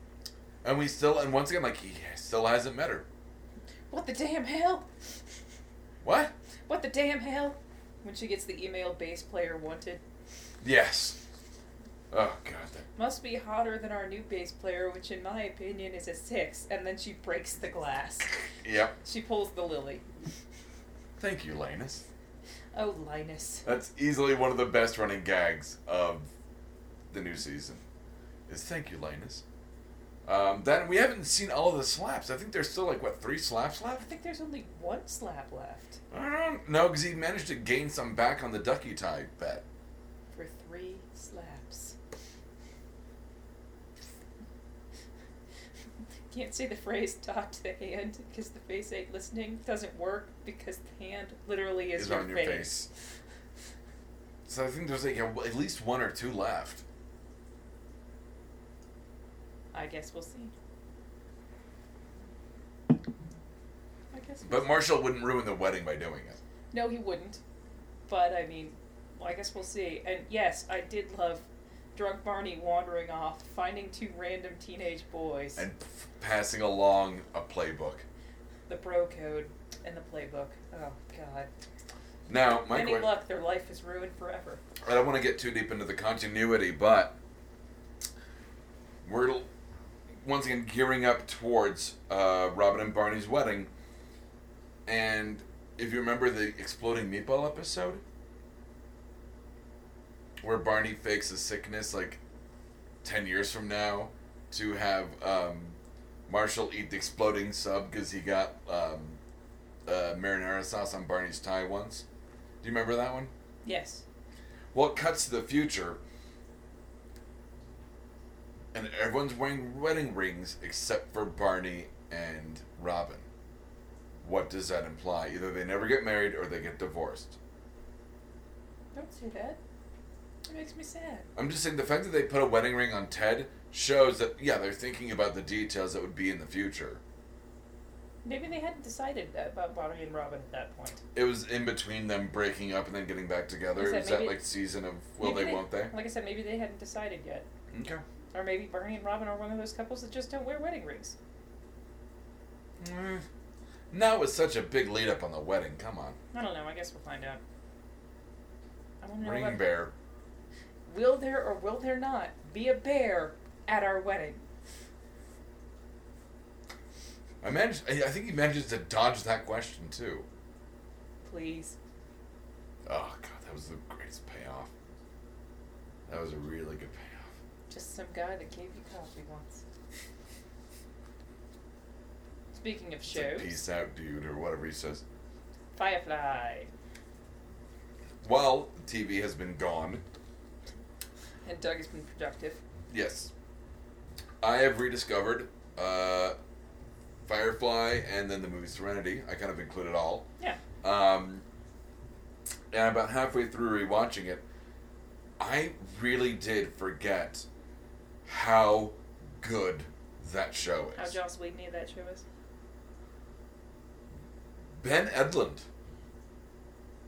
[SPEAKER 2] And we still, and once again, like he still hasn't met her.
[SPEAKER 1] What the damn hell?
[SPEAKER 2] What?
[SPEAKER 1] What the damn hell? When she gets the email bass player wanted.
[SPEAKER 2] Yes. Oh god. that-
[SPEAKER 1] Must be hotter than our new bass player, which in my opinion is a six. And then she breaks the glass.
[SPEAKER 2] Yep.
[SPEAKER 1] She pulls the lily.
[SPEAKER 2] Thank you, Linus.
[SPEAKER 1] Oh, Linus.
[SPEAKER 2] That's easily one of the best running gags of the new season. Is thank you, Linus. Um, then we haven't seen all of the slaps. I think there's still like what three slaps
[SPEAKER 1] I
[SPEAKER 2] left.
[SPEAKER 1] think there's only one slap left
[SPEAKER 2] I don't know because he managed to gain some back on the ducky tie bet.
[SPEAKER 1] for three slaps. Can't say the phrase "top to the hand" because the face ain't listening doesn't work because the hand literally is,
[SPEAKER 2] Is
[SPEAKER 1] your,
[SPEAKER 2] on your
[SPEAKER 1] face.
[SPEAKER 2] So I think there's like a, at least one or two left.
[SPEAKER 1] I guess we'll see. I guess. We'll
[SPEAKER 2] But Marshall wouldn't ruin the wedding by doing it.
[SPEAKER 1] No, he wouldn't. But I mean, well, I guess we'll see. And yes, I did love drunk Barney wandering off, finding two random teenage boys,
[SPEAKER 2] And f- passing along a playbook.
[SPEAKER 1] the bro code and the playbook. Oh God!
[SPEAKER 2] Now, my
[SPEAKER 1] Any
[SPEAKER 2] que-
[SPEAKER 1] luck, their life is ruined forever.
[SPEAKER 2] I don't want to get too deep into the continuity, but we're l- once again gearing up towards uh, Robin and Barney's wedding. And if you remember the exploding meatball episode, where Barney fakes a sickness like 10 years from now to have um, Marshall eat the exploding sub because he got um, uh, marinara sauce on Barney's tie once. Do you remember that one?
[SPEAKER 1] Yes.
[SPEAKER 2] Well, it cuts to the future, and everyone's wearing wedding rings except for Barney and Robin. What does that imply? Either they never get married or they get divorced.
[SPEAKER 1] Don't say that. It makes me sad.
[SPEAKER 2] I'm just saying the fact that they put a wedding ring on Ted shows that, yeah, they're thinking about the details that would be in the future.
[SPEAKER 1] Maybe they hadn't decided about Barney and Robin at that point.
[SPEAKER 2] It was in between them breaking up and then getting back together.
[SPEAKER 1] Is
[SPEAKER 2] Is
[SPEAKER 1] that
[SPEAKER 2] that,
[SPEAKER 1] maybe-
[SPEAKER 2] like season of will
[SPEAKER 1] Maybe
[SPEAKER 2] they, won't they?
[SPEAKER 1] Like I said, maybe they hadn't decided yet,
[SPEAKER 2] Okay.
[SPEAKER 1] or maybe Barney and Robin are one of those couples that just don't wear wedding rings.
[SPEAKER 2] Mm. Now it's such a big lead up on the wedding. Come on.
[SPEAKER 1] I don't know. I guess we'll find out. I want to know
[SPEAKER 2] Ring
[SPEAKER 1] about
[SPEAKER 2] bear.
[SPEAKER 1] Will there or will there not be a bear at our wedding?
[SPEAKER 2] I managed. I I think he manages to dodge that question too.
[SPEAKER 1] Please.
[SPEAKER 2] Oh god, that was the greatest payoff. That was a really good payoff.
[SPEAKER 1] Just some guy that gave you coffee once. Speaking of
[SPEAKER 2] It's like,
[SPEAKER 1] shows,
[SPEAKER 2] Peace out, dude, or whatever he says.
[SPEAKER 1] Firefly
[SPEAKER 2] Well, the TV has been gone.
[SPEAKER 1] and Doug has been productive.
[SPEAKER 2] Yes, I have rediscovered uh, Firefly and then the movie Serenity. I kind of include it all.
[SPEAKER 1] Yeah.
[SPEAKER 2] Um, and about halfway through rewatching it, I really did forget how good that show
[SPEAKER 1] How
[SPEAKER 2] is.
[SPEAKER 1] Joss Whedon of that show is.
[SPEAKER 2] ben Edlund,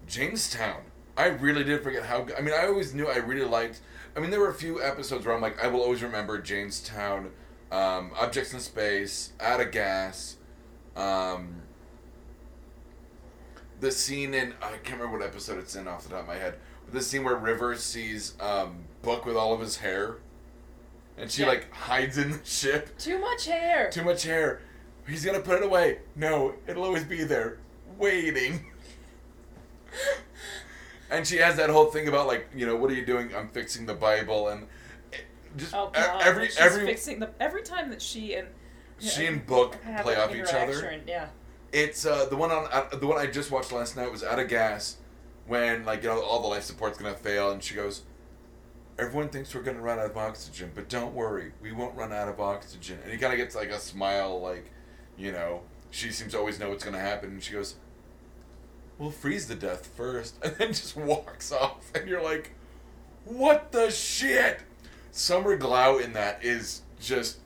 [SPEAKER 2] Jamestown. I really did forget how good. I mean, I always knew I really liked. I mean, there were a few episodes where I'm like, I will always remember Jamestown, um, Objects in Space, Out of Gas, um, the scene in I can't remember what episode it's in off the top of my head. But the scene where Rivers sees um, Book with all of his hair, and she
[SPEAKER 1] Yeah.
[SPEAKER 2] like hides in the ship.
[SPEAKER 1] Too much hair.
[SPEAKER 2] Too much hair. He's gonna put it away. No, it'll always be there, waiting. and she has that whole thing about like, you know, what are you doing? I'm fixing the Bible, and it-
[SPEAKER 1] (gasps)
[SPEAKER 2] just
[SPEAKER 1] oh
[SPEAKER 2] e-
[SPEAKER 1] God!
[SPEAKER 2] every
[SPEAKER 1] she's
[SPEAKER 2] every
[SPEAKER 1] fixing the every time that she and
[SPEAKER 2] she and Book
[SPEAKER 1] have
[SPEAKER 2] play
[SPEAKER 1] an
[SPEAKER 2] off each other.
[SPEAKER 1] interaction, Yeah.
[SPEAKER 2] It's uh, the one on uh, the one I just watched last night was out of gas, when like you know all the life support's gonna fail, and she goes. Everyone thinks we're gonna run out of oxygen, but don't worry, we won't run out of oxygen. And he kind of gets like a smile, like, you know, she seems to always know what's gonna happen, and she goes, "We'll freeze to death first, (laughs) and then just walks off. And you're like, "What the shit?" Summer Glau in that is just,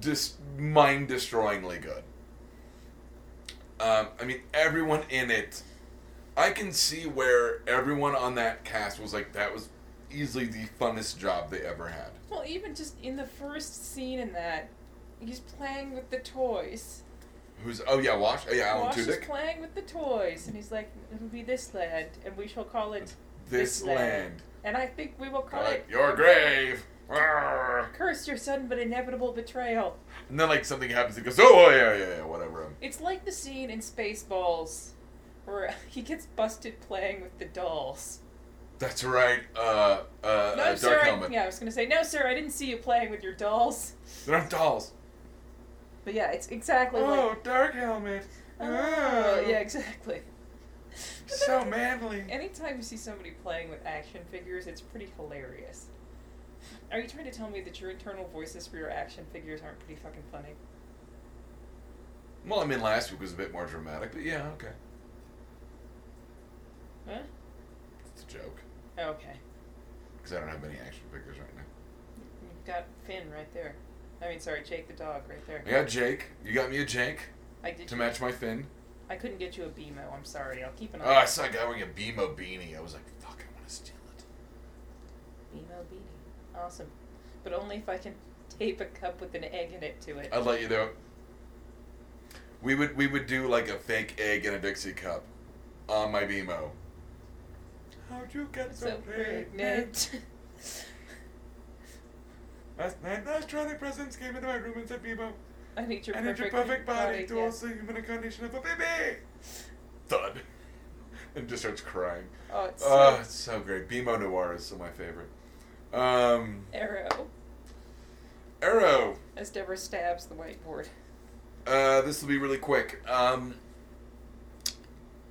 [SPEAKER 2] just mind-destroyingly good. Um, I mean, everyone in it. I can see where everyone on that cast was like, that was easily the funnest job they ever had.
[SPEAKER 1] Well, even just in the first scene in that, he's playing with the toys.
[SPEAKER 2] Who's oh yeah, Wash. Oh yeah, Alan
[SPEAKER 1] Wash is
[SPEAKER 2] Tudyk.
[SPEAKER 1] playing with the toys, and he's like, "It'll be this land, and we shall call it."
[SPEAKER 2] This,
[SPEAKER 1] This
[SPEAKER 2] land.
[SPEAKER 1] land. And I think we will call
[SPEAKER 2] Like,
[SPEAKER 1] it
[SPEAKER 2] your grave. Arrgh.
[SPEAKER 1] Curse your sudden but inevitable betrayal.
[SPEAKER 2] And then like something happens. He goes, oh yeah, yeah, yeah, whatever.
[SPEAKER 1] It's like the scene in Spaceballs where (laughs) he gets busted playing with the dolls.
[SPEAKER 2] That's right. Uh, uh, uh
[SPEAKER 1] no,
[SPEAKER 2] Dark
[SPEAKER 1] sir. I-
[SPEAKER 2] Helmet.
[SPEAKER 1] yeah, I was gonna say, no, sir. I didn't see you playing with your dolls.
[SPEAKER 2] They're not dolls.
[SPEAKER 1] But yeah, it's exactly
[SPEAKER 2] Oh,
[SPEAKER 1] like.
[SPEAKER 2] Dark Helmet.
[SPEAKER 1] Oh, yeah, exactly. (laughs)
[SPEAKER 2] So manly.
[SPEAKER 1] Anytime you see somebody playing with action figures, it's pretty hilarious. Are you trying to tell me that your internal voices for your action figures aren't pretty fucking funny?
[SPEAKER 2] Well, I mean, last week was a bit more dramatic, but yeah, okay.
[SPEAKER 1] Huh?
[SPEAKER 2] It's a joke
[SPEAKER 1] Oh, Okay.
[SPEAKER 2] because I don't have any action figures right now.
[SPEAKER 1] You've got Finn right there. I mean, sorry, Jake the dog right there.
[SPEAKER 2] I got Jake. You got me a Jake
[SPEAKER 1] I did.
[SPEAKER 2] to match my fin.
[SPEAKER 1] I couldn't get you a BMO. I'm sorry. I'll keep an
[SPEAKER 2] Oh,
[SPEAKER 1] eye.
[SPEAKER 2] I saw a guy wearing a BMO beanie. I was like, fuck, I want to steal it.
[SPEAKER 1] BMO beanie. Awesome. But only if I can tape a cup with an egg in it to it. (laughs)
[SPEAKER 2] I'd let you know. We would we would do like a fake egg in a Dixie cup on my BMO. How'd you get
[SPEAKER 1] so pregnant. (laughs)
[SPEAKER 2] Last night, last Tronic Presents came into my room and said, BMO,
[SPEAKER 1] I need your
[SPEAKER 2] I need
[SPEAKER 1] perfect,
[SPEAKER 2] your perfect body, to
[SPEAKER 1] yeah.
[SPEAKER 2] also human incarnation of a baby! Thud. (laughs) And just starts crying.
[SPEAKER 1] Oh, it's
[SPEAKER 2] Oh,
[SPEAKER 1] so
[SPEAKER 2] it's so great. BMO Noir is still my favorite. Um,
[SPEAKER 1] arrow
[SPEAKER 2] Arrow.
[SPEAKER 1] as Deborah stabs the whiteboard.
[SPEAKER 2] Uh, this will be really quick. Um,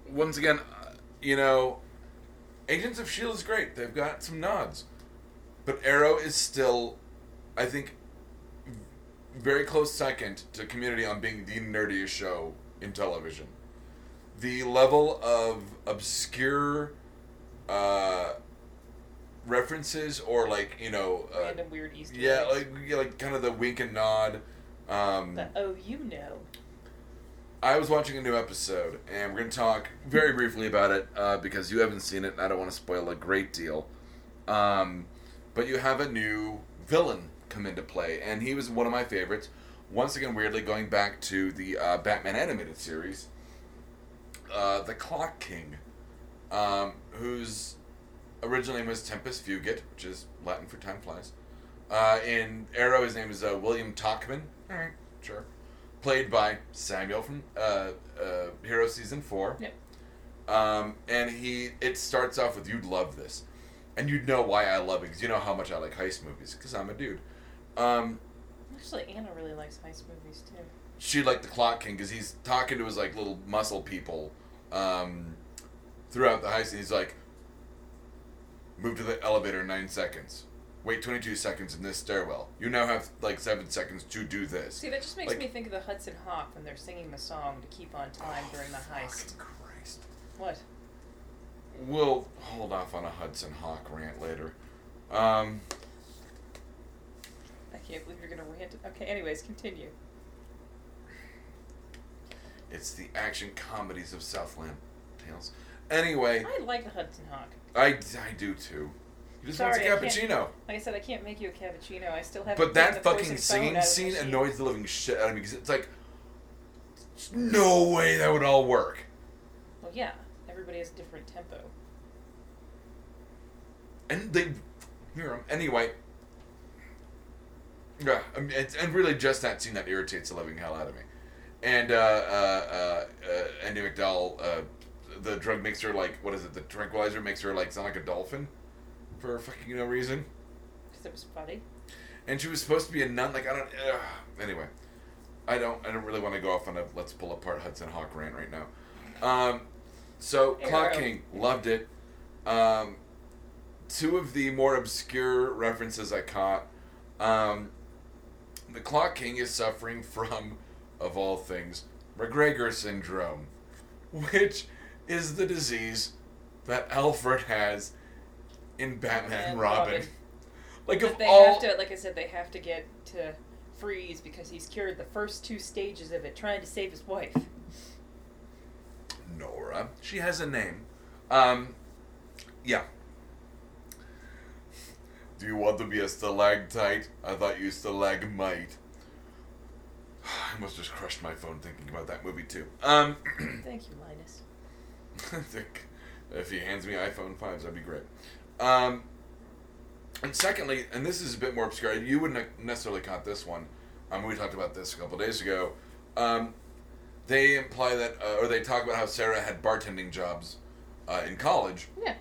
[SPEAKER 2] once again, uh, you know, Agents of Shield E is great. They've got some nods, but Arrow is still, I think, v- very close second to Community on being the nerdiest show in television. The level of obscure uh, references or like you know, uh,
[SPEAKER 1] Random weird Easter.
[SPEAKER 2] yeah,
[SPEAKER 1] eggs.
[SPEAKER 2] like yeah, like kind of the wink and nod. Um,
[SPEAKER 1] The oh, you know.
[SPEAKER 2] I was watching a new episode, and we're going to talk very briefly about it uh, because you haven't seen it, and I don't want to spoil a great deal. Um, but you have a new villain come into play, and he was one of my favorites. Once again, weirdly, going back to the uh, Batman animated series, uh, the Clock King, um, whose original name was Tempest Fugit, which is Latin for time flies. Uh, in Arrow, his name is uh, William Talkman. All right, sure played by Samuel from uh, uh, Hero Season Four.
[SPEAKER 1] Yep.
[SPEAKER 2] Um, and he it starts off with you'd love this, and you'd know why I love it because you know how much I like heist movies because I'm a dude. Um,
[SPEAKER 1] Actually, Anna really likes heist movies too.
[SPEAKER 2] she liked the Clock King because he's talking to his like little muscle people um, throughout the heist, and he's like, "Move to the elevator in nine seconds. Wait twenty two seconds in this stairwell. You now have like seven seconds to do this."
[SPEAKER 1] See, that just makes
[SPEAKER 2] Like-
[SPEAKER 1] me think of the Hudson Hawk when they're singing the song to keep on time during the
[SPEAKER 2] Oh,
[SPEAKER 1] heist.
[SPEAKER 2] fucking Christ.
[SPEAKER 1] What?
[SPEAKER 2] We'll hold off on a Hudson Hawk rant later. Um,
[SPEAKER 1] I can't believe you're gonna rant. Okay, anyways, continue.
[SPEAKER 2] it's the action comedies of Southland Tales. Anyway,
[SPEAKER 1] I like a Hudson Hawk.
[SPEAKER 2] I, I do too. He just wants a
[SPEAKER 1] Sorry, I can't-
[SPEAKER 2] cappuccino.
[SPEAKER 1] Like I said, I can't make you a cappuccino. I still have.
[SPEAKER 2] But that fucking singing scene annoys the living shit out of me because it's like, no way that would all work.
[SPEAKER 1] Well, yeah. Everybody has a different tempo.
[SPEAKER 2] And they hear him. Anyway. Yeah, I mean, it's, and really just that scene that irritates the living hell out of me. And uh, uh, uh, uh, Andy McDowell, uh, the drug makes her like, what is it, the tranquilizer makes her like sound like a dolphin for fucking no reason.
[SPEAKER 1] Because it was funny.
[SPEAKER 2] And she was supposed to be a nun, like, I don't, ugh. anyway. I don't, I don't really want to go off on a let's pull apart Hudson Hawk rant right now. Um, so, Clock
[SPEAKER 1] Arrow.
[SPEAKER 2] King, loved it. Um, two of the more obscure references I caught. Um, the Clock King is suffering (laughs) from, of all things, McGregor syndrome, which is the disease that Alfred has in Batman
[SPEAKER 1] Batman,
[SPEAKER 2] and Robin.
[SPEAKER 1] Robin.
[SPEAKER 2] Like,
[SPEAKER 1] But
[SPEAKER 2] of
[SPEAKER 1] they
[SPEAKER 2] all.
[SPEAKER 1] have to, like I said, they have to get to freeze because he's cured the first two stages of it, trying to save his
[SPEAKER 2] (clears throat)
[SPEAKER 1] wife.
[SPEAKER 2] Nora. She has a name. Um, yeah. Do you want to be a stalactite? (sighs) I thought you stalagmite. I'm almost just crushed my phone thinking about that movie too. Um, (clears throat)
[SPEAKER 1] Thank you, Linus.
[SPEAKER 2] (laughs) I think if he hands me iPhone fives, that'd be great. Um, and secondly, and this is a bit more obscure. You wouldn't have necessarily caught this one. Um, we talked about this a couple days ago. Um, they imply that, uh, or they talk about how Sarah had bartending jobs uh, in college,
[SPEAKER 1] Yeah.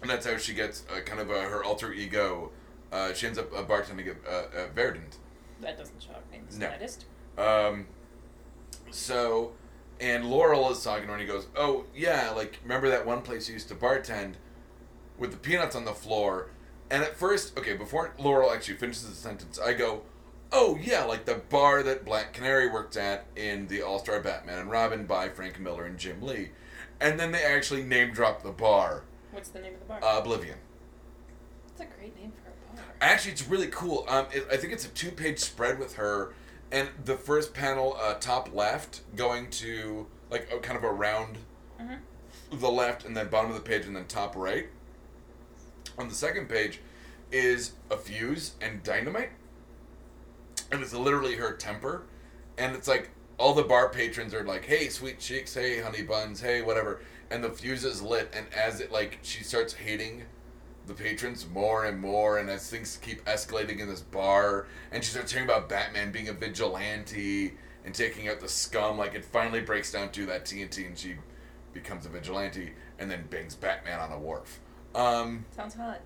[SPEAKER 2] and that's how she gets uh, kind of uh her alter ego. Uh, she ends up uh, bartending at, uh, at Verdant.
[SPEAKER 1] That doesn't shock me in the
[SPEAKER 2] No.
[SPEAKER 1] slightest.
[SPEAKER 2] Um, so, and Laurel is talking to her and he goes, Oh, yeah, like, remember that one place you used to bartend with the peanuts on the floor? And at first, okay, before Laurel actually finishes the sentence, I go, Oh, yeah, like the bar that Black Canary worked at in the All Star Batman and Robin by Frank Miller and Jim Lee. And then they actually name drop the bar,
[SPEAKER 1] What's the name of the bar?
[SPEAKER 2] uh, Oblivion.
[SPEAKER 1] That's a great name for a bar.
[SPEAKER 2] Actually, it's really cool. Um, it, I think it's a two-page spread with her, and the first panel, uh, top left, going to like a, kind of around
[SPEAKER 1] Mhm.
[SPEAKER 2] the left, and then bottom of the page, and then top right. On the second page, is a fuse and dynamite, and it's literally her temper, and it's like all the bar patrons are like, "Hey, sweet cheeks, hey, honey buns, hey, whatever," and the fuse is lit, and as it like she starts hating the patrons more and more, and as things keep escalating in this bar, and she starts hearing about Batman being a vigilante and taking out the scum. Like it finally breaks down to that TNT, and she becomes a vigilante, and then bangs Batman on a wharf. Um,
[SPEAKER 1] Sounds hot.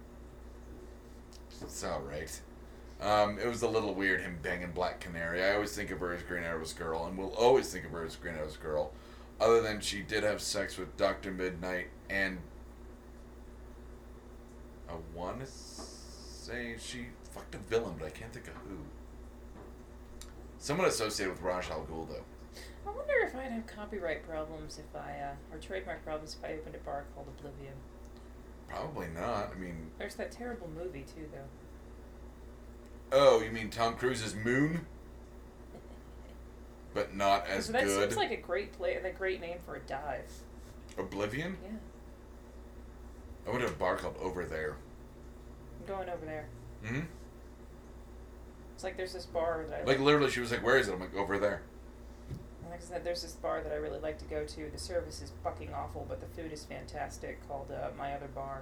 [SPEAKER 2] it's all right. Um, it was a little weird him banging Black Canary. I always think of her as Green Arrow's girl, and will always think of her as Green Arrow's girl. Other than she did have sex with Doctor Midnight, and I want to say she fucked a villain, but I can't think of who. Someone associated with Raj Al Ghul, though.
[SPEAKER 1] I wonder if I'd have copyright problems if I, uh, or trademark problems if I opened a bar called Oblivion.
[SPEAKER 2] Probably not. I mean,
[SPEAKER 1] There's that terrible movie, too, though.
[SPEAKER 2] oh, you mean Tom Cruise's Moon, but not as
[SPEAKER 1] so that
[SPEAKER 2] good.
[SPEAKER 1] seems like a great play, a great name for a dive.
[SPEAKER 2] Oblivion.
[SPEAKER 1] Yeah.
[SPEAKER 2] I went to a bar called Over There.
[SPEAKER 1] I'm going over there.
[SPEAKER 2] hmm
[SPEAKER 1] It's like there's this bar that I
[SPEAKER 2] Like literally, she was like, "Where is it?" I'm like, "Over there."
[SPEAKER 1] Like I said, there's this bar that I really like to go to. The service is fucking awful, but the food is fantastic. Called uh, My Other Bar,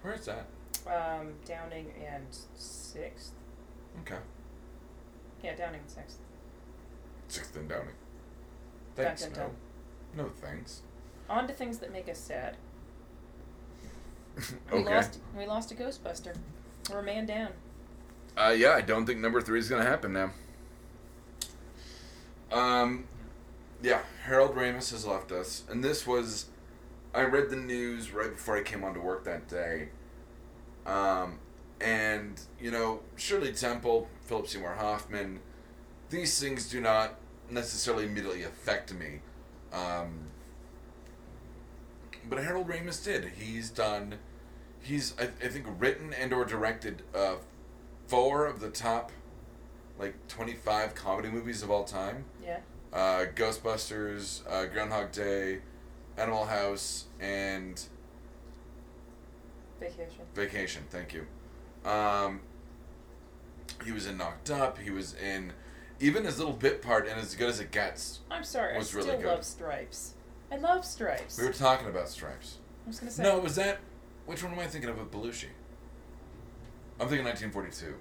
[SPEAKER 2] Where is that?
[SPEAKER 1] um, Downing and Sixth.
[SPEAKER 2] Okay,
[SPEAKER 1] Yeah, Downing and Sixth.
[SPEAKER 2] Sixth and Downing. Thanks,
[SPEAKER 1] Dun,
[SPEAKER 2] no,
[SPEAKER 1] dun,
[SPEAKER 2] no thanks. (laughs)
[SPEAKER 1] On to things that make us sad. We lost. We lost a Ghostbuster. We're a man down.
[SPEAKER 2] Uh, yeah, I don't think number three is gonna happen now. Um, yeah, Harold Ramis has left us, and this was, I read the news right before I came onto work that day. Um, and you know, Shirley Temple, Philip Seymour Hoffman, these things do not necessarily immediately affect me. Um, but Harold Ramis did. He's done. He's I, I think written and or directed uh, four of the top like twenty five comedy movies of all time.
[SPEAKER 1] Yeah.
[SPEAKER 2] Uh, Ghostbusters, uh, Groundhog Day, Animal House, and
[SPEAKER 1] Vacation.
[SPEAKER 2] Vacation. Thank you. Um, he was in Knocked Up. He was in even his little bit part and as good as it gets.
[SPEAKER 1] I'm sorry. I
[SPEAKER 2] Was
[SPEAKER 1] still
[SPEAKER 2] really good.
[SPEAKER 1] love Stripes. I love Stripes.
[SPEAKER 2] We were talking about Stripes.
[SPEAKER 1] I was gonna say.
[SPEAKER 2] No, was that which one am I thinking of with Belushi? I'm thinking 1942.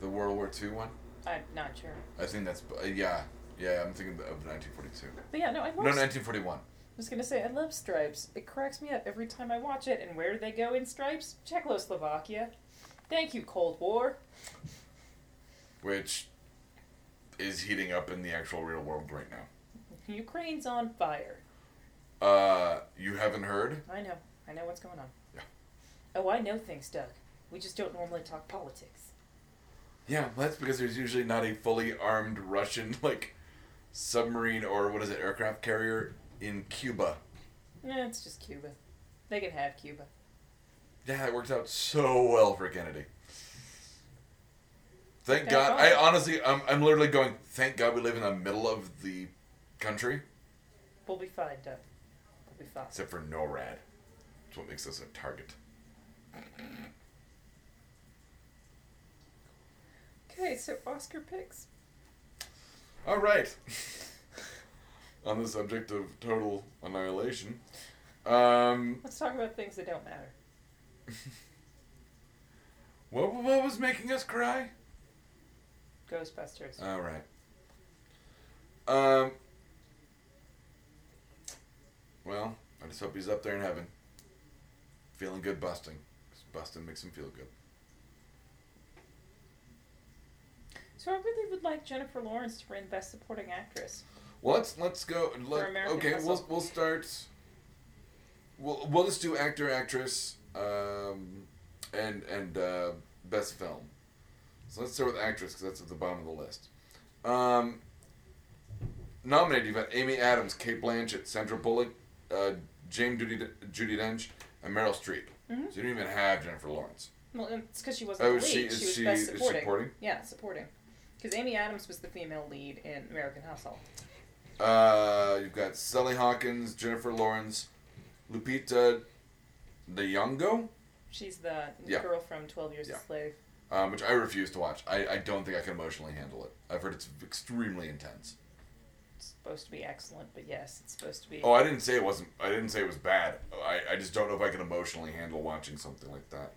[SPEAKER 2] The World War II one.
[SPEAKER 1] I'm not sure.
[SPEAKER 2] I think that's uh, yeah, yeah. I'm thinking of 1942.
[SPEAKER 1] But yeah, no, I love.
[SPEAKER 2] No, 1941.
[SPEAKER 1] I was gonna say I love Stripes. It cracks me up every time I watch it. And where do they go in Stripes? Czechoslovakia. Thank you, Cold War.
[SPEAKER 2] Which is heating up in the actual real world right now.
[SPEAKER 1] Ukraine's on fire.
[SPEAKER 2] Uh, you haven't heard?
[SPEAKER 1] I know. I know what's going on.
[SPEAKER 2] Yeah.
[SPEAKER 1] Oh, I know things, Doug. We just don't normally talk politics.
[SPEAKER 2] Yeah, well, that's because there's usually not a fully armed Russian (laughs) like submarine or what is it aircraft carrier in Cuba.
[SPEAKER 1] Eh, it's just Cuba. They can have Cuba.
[SPEAKER 2] Yeah, it worked out so well for Kennedy. Thank
[SPEAKER 1] Thank
[SPEAKER 2] God.
[SPEAKER 1] God.
[SPEAKER 2] I honestly, I'm, I'm literally going, thank God we live in the middle of the country,
[SPEAKER 1] We'll be fine, Doug. We'll be fine.
[SPEAKER 2] except for NORAD. That's what makes us a target.
[SPEAKER 1] Okay,
[SPEAKER 3] Okay, so Oscar picks.
[SPEAKER 2] All right. (laughs) On the subject of total annihilation, um,
[SPEAKER 1] Let's talk about things that don't matter.
[SPEAKER 2] what what was making us cry?
[SPEAKER 1] Ghostbusters.
[SPEAKER 2] All right. Um. Well, I just hope he's up there in heaven, feeling good, busting. 'Cause busting makes him feel good.
[SPEAKER 1] So I really would like Jennifer Lawrence to win Best Supporting Actress.
[SPEAKER 2] Well, let's let's go. Let,
[SPEAKER 1] American
[SPEAKER 2] okay,
[SPEAKER 1] Hustle.
[SPEAKER 2] we'll we'll start. We'll we'll just do actor, actress, um, and and uh, best film. So let's start with actress because that's at the bottom of the list. Um, nominated, you've got Amy Adams, Kate Blanchett, Sandra Bullock, uh, James Judy Judy Dench, and Meryl Streep.
[SPEAKER 1] Mhm.
[SPEAKER 2] So you don't even have Jennifer Lawrence.
[SPEAKER 1] Well, and it's because she wasn't
[SPEAKER 2] Oh,
[SPEAKER 1] the
[SPEAKER 2] is
[SPEAKER 1] lead.
[SPEAKER 2] she
[SPEAKER 1] she
[SPEAKER 2] is
[SPEAKER 1] was
[SPEAKER 2] she
[SPEAKER 1] Best
[SPEAKER 2] is
[SPEAKER 1] Supporting.
[SPEAKER 2] supporting?
[SPEAKER 1] Yeah, supporting. Because Amy Adams was the female lead in American Hustle.
[SPEAKER 2] Uh, you've got Sally Hawkins, Jennifer Lawrence, Lupita Nyong'o.
[SPEAKER 1] She's the
[SPEAKER 2] Yeah.
[SPEAKER 1] girl from Twelve Years
[SPEAKER 2] Yeah.
[SPEAKER 1] a Slave.
[SPEAKER 2] um, which I refuse to watch. I, I don't think I can emotionally handle it. I've heard it's extremely intense.
[SPEAKER 1] It's supposed to be excellent, but yes, it's supposed to be.
[SPEAKER 2] Oh, I didn't say it wasn't. I didn't say it was bad. I, I just don't know if I can emotionally handle watching something like that.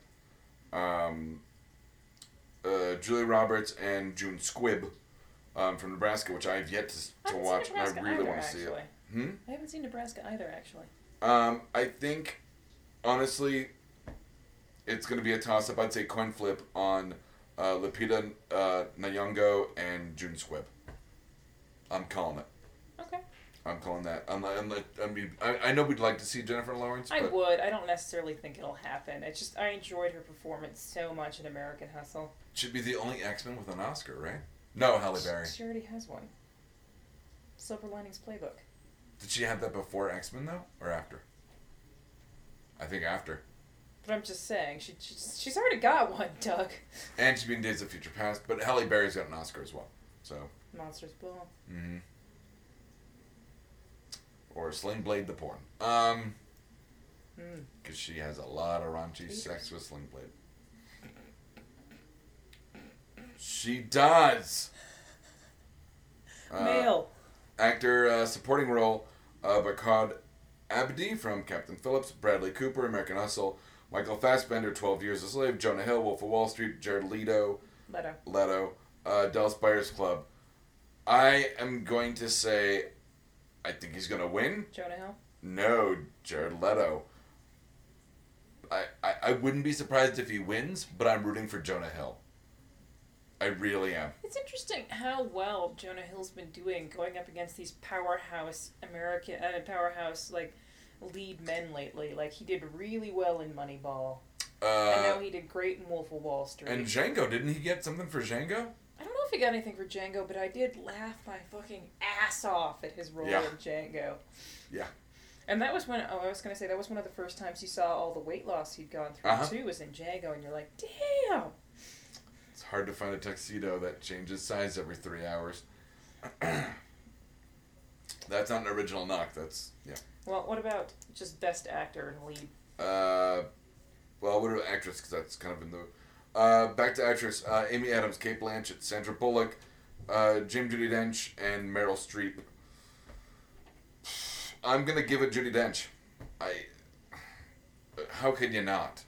[SPEAKER 2] Um, uh, Julie Roberts and June Squibb um, from Nebraska, which I've yet to, s-
[SPEAKER 1] I
[SPEAKER 2] to
[SPEAKER 1] haven't
[SPEAKER 2] watch,
[SPEAKER 1] seen
[SPEAKER 2] and I
[SPEAKER 1] Nebraska
[SPEAKER 2] really
[SPEAKER 1] either,
[SPEAKER 2] want to
[SPEAKER 1] actually.
[SPEAKER 2] see it. Hmm?
[SPEAKER 1] I haven't seen Nebraska either, actually.
[SPEAKER 2] Um, I think, honestly, it's going to be a toss up. I'd say coin flip on uh, Lupita uh, Nyong'o and June Squibb. I'm calling it.
[SPEAKER 1] Okay.
[SPEAKER 2] I'm calling that. I'm, I'm, I mean, I, I know we'd like to see Jennifer Lawrence,
[SPEAKER 1] I
[SPEAKER 2] but
[SPEAKER 1] would. I don't necessarily think it'll happen. It's just I enjoyed her performance so much in American Hustle.
[SPEAKER 2] should be the only X Men with an Oscar, right? No, Halle Berry.
[SPEAKER 1] She already has one. Silver Linings Playbook.
[SPEAKER 2] Did she have that before X Men though, or after? I think after.
[SPEAKER 1] But I'm just saying, she, she she's already got one, (laughs) Doug.
[SPEAKER 2] And she'd be in Days of Future Past, but Halle Berry's got an Oscar as well. So,
[SPEAKER 1] Monsters Ball.
[SPEAKER 2] mm-hmm. or Sling Blade the porn, um,
[SPEAKER 1] Mm.
[SPEAKER 2] because she has a lot of raunchy
[SPEAKER 1] Jesus.
[SPEAKER 2] sex with Hmm. Sling Blade. She does. Uh,
[SPEAKER 1] Male.
[SPEAKER 2] actor uh, supporting role uh, Bakad Abdi from Captain Phillips, Bradley Cooper, American Hustle, Michael Fassbender, 12 Years a Slave, Jonah Hill, Wolf of Wall Street, Jared Leto,
[SPEAKER 1] Leto.
[SPEAKER 2] Leto, uh, Dallas Buyers Club. I am going to say, I think he's going to win.
[SPEAKER 1] Jonah Hill.
[SPEAKER 2] No, Jared Leto. I, I, I wouldn't be surprised if he wins, but I'm rooting for Jonah Hill. I really am.
[SPEAKER 1] It's interesting how well Jonah Hill's been doing going up against these powerhouse American uh, powerhouse like lead men lately. Like he did really well in Moneyball, and now
[SPEAKER 2] Uh,
[SPEAKER 1] he did great in Wolf of Wall Street.
[SPEAKER 2] and Django, didn't he get something for Django?
[SPEAKER 1] I don't know if he got anything for Django, but I did laugh my fucking ass off at his role
[SPEAKER 2] Yeah.
[SPEAKER 1] in Django.
[SPEAKER 2] Yeah.
[SPEAKER 1] And that was when oh I was gonna say that was one of the first times you saw all the weight loss he'd gone through
[SPEAKER 2] Uh-huh.
[SPEAKER 1] too was in Django, and you're like, damn.
[SPEAKER 2] It's hard to find a tuxedo that changes size every three hours. (clears throat) That's not an original knock. That's yeah.
[SPEAKER 1] Well, what about just best actor and lead?
[SPEAKER 2] Uh, well, what about actress? Because that's kind of in the. Uh, back to actress: uh, Amy Adams, Kate Blanchett, Sandra Bullock, uh, Jim Judy Dench, and Meryl Streep. I'm gonna give it Judy Dench. I. How can you not?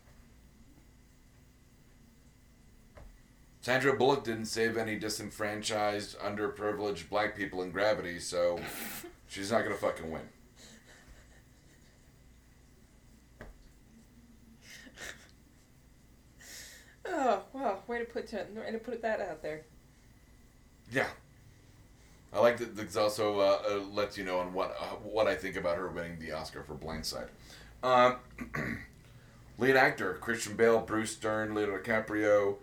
[SPEAKER 2] Sandra Bullock didn't save any disenfranchised, underprivileged black people in Gravity, so she's not gonna fucking win.
[SPEAKER 1] Oh wow, way to put to, way to put that out there.
[SPEAKER 2] Yeah. I like that this also uh, uh, lets you know on what uh, what I think about her winning the Oscar for Blindside. Um, (clears throat) lead actor Christian Bale, Bruce Stern, Leonardo DiCaprio.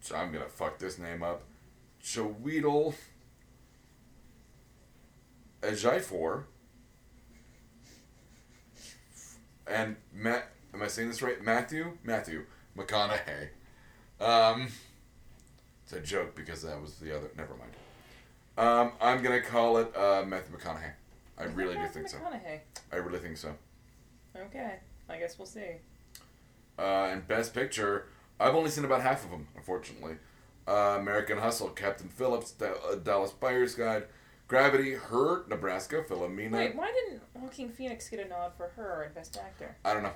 [SPEAKER 2] So I'm gonna fuck this name up. Chiwetel Ejiofor and Matt. Am I saying this right? Matthew Matthew McConaughey. Um, it's a joke because that was the other. Never mind. Um, I'm gonna call it uh, Matthew McConaughey. I
[SPEAKER 1] Is that
[SPEAKER 2] really do
[SPEAKER 1] Matthew
[SPEAKER 2] think so.
[SPEAKER 1] McConaughey?
[SPEAKER 2] I really think so.
[SPEAKER 1] Okay, I guess we'll see.
[SPEAKER 2] Uh, and Best Picture, I've only seen about half of them, unfortunately. uh, American Hustle, Captain Phillips, Da- uh, Dallas Buyers Guide, Gravity, Her, Nebraska, Philomena.
[SPEAKER 1] Wait, why didn't Joaquin Phoenix get a nod for her in Best Actor?
[SPEAKER 2] I don't know,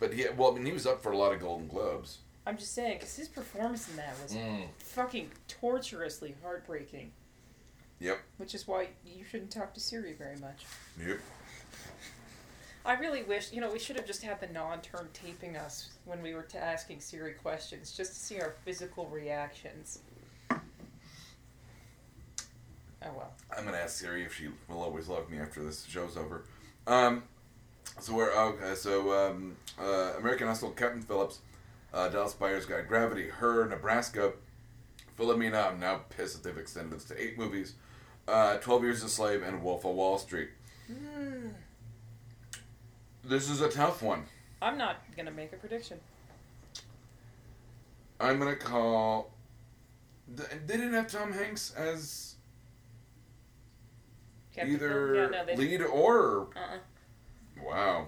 [SPEAKER 2] but he well, I mean, he was up for a lot of Golden Globes.
[SPEAKER 1] I'm just saying, because his performance in that was
[SPEAKER 3] Mm.
[SPEAKER 1] fucking torturously heartbreaking.
[SPEAKER 2] Yep,
[SPEAKER 1] Which is why you shouldn't talk to Siri very much.
[SPEAKER 2] yep.
[SPEAKER 1] I really wish, you know, we should have just had the non-term taping us when we were to asking Siri questions, just to see our physical reactions. Oh well.
[SPEAKER 2] I'm gonna ask Siri if she will always love me after this show's over. Um, so we're oh, okay. So um, uh, American Hustle, Captain Phillips, uh, Dallas Buyers Guide, Gravity, Her, Nebraska, Philomena. I'm now pissed that they've extended this to eight movies. Uh, Twelve Years a Slave and Wolf of Wall Street. Hmm. This is a tough one.
[SPEAKER 1] I'm not gonna make a prediction.
[SPEAKER 2] I'm gonna call. th- They didn't have Tom Hanks as
[SPEAKER 1] Captain
[SPEAKER 2] either
[SPEAKER 1] Phil- yeah, no, they,
[SPEAKER 2] lead or
[SPEAKER 1] uh-uh.
[SPEAKER 2] Wow.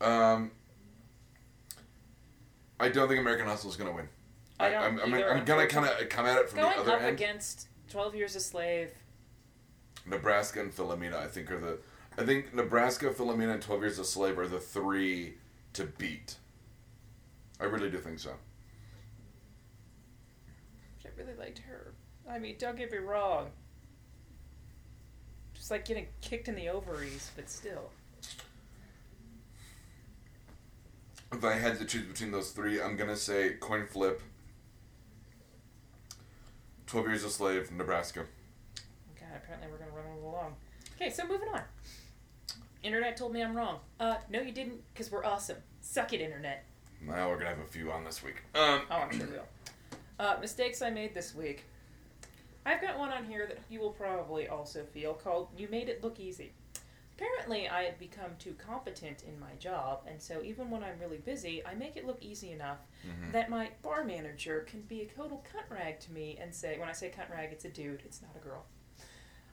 [SPEAKER 2] Um, I don't think American Hustle is going to win.
[SPEAKER 1] I don't
[SPEAKER 2] I'm, I'm,
[SPEAKER 1] either,
[SPEAKER 2] I'm gonna kind of come at it from
[SPEAKER 1] Going
[SPEAKER 2] the other
[SPEAKER 1] up
[SPEAKER 2] end.
[SPEAKER 1] against Twelve Years a Slave.
[SPEAKER 2] Nebraska and Philomena, I think, are the. I think Nebraska, Philomena, and Twelve Years a Slave are the three to beat. I really do think so.
[SPEAKER 1] I really liked her. I mean, don't get me wrong. Just like getting kicked in the ovaries, but still.
[SPEAKER 2] If I had to choose between those three, I'm gonna say coin flip. Twelve Years a Slave, Nebraska.
[SPEAKER 1] God, apparently we're gonna run a little long. Okay, so moving on. Internet told me I'm wrong. Uh, no, you didn't, because we're awesome. Suck it, internet.
[SPEAKER 2] Now we're gonna have a few on this week. Um,
[SPEAKER 1] Oh, I'm sure we will. Uh, mistakes I made this week. I've got one on here that you will probably also feel called You Made It Look Easy. Apparently, I had become too competent in my job, and so even when I'm really busy, I make it look easy enough
[SPEAKER 2] mm-hmm. Hmm.
[SPEAKER 1] that my bar manager can be a total cunt rag to me and say, when I say cunt rag, it's a dude, it's not a girl.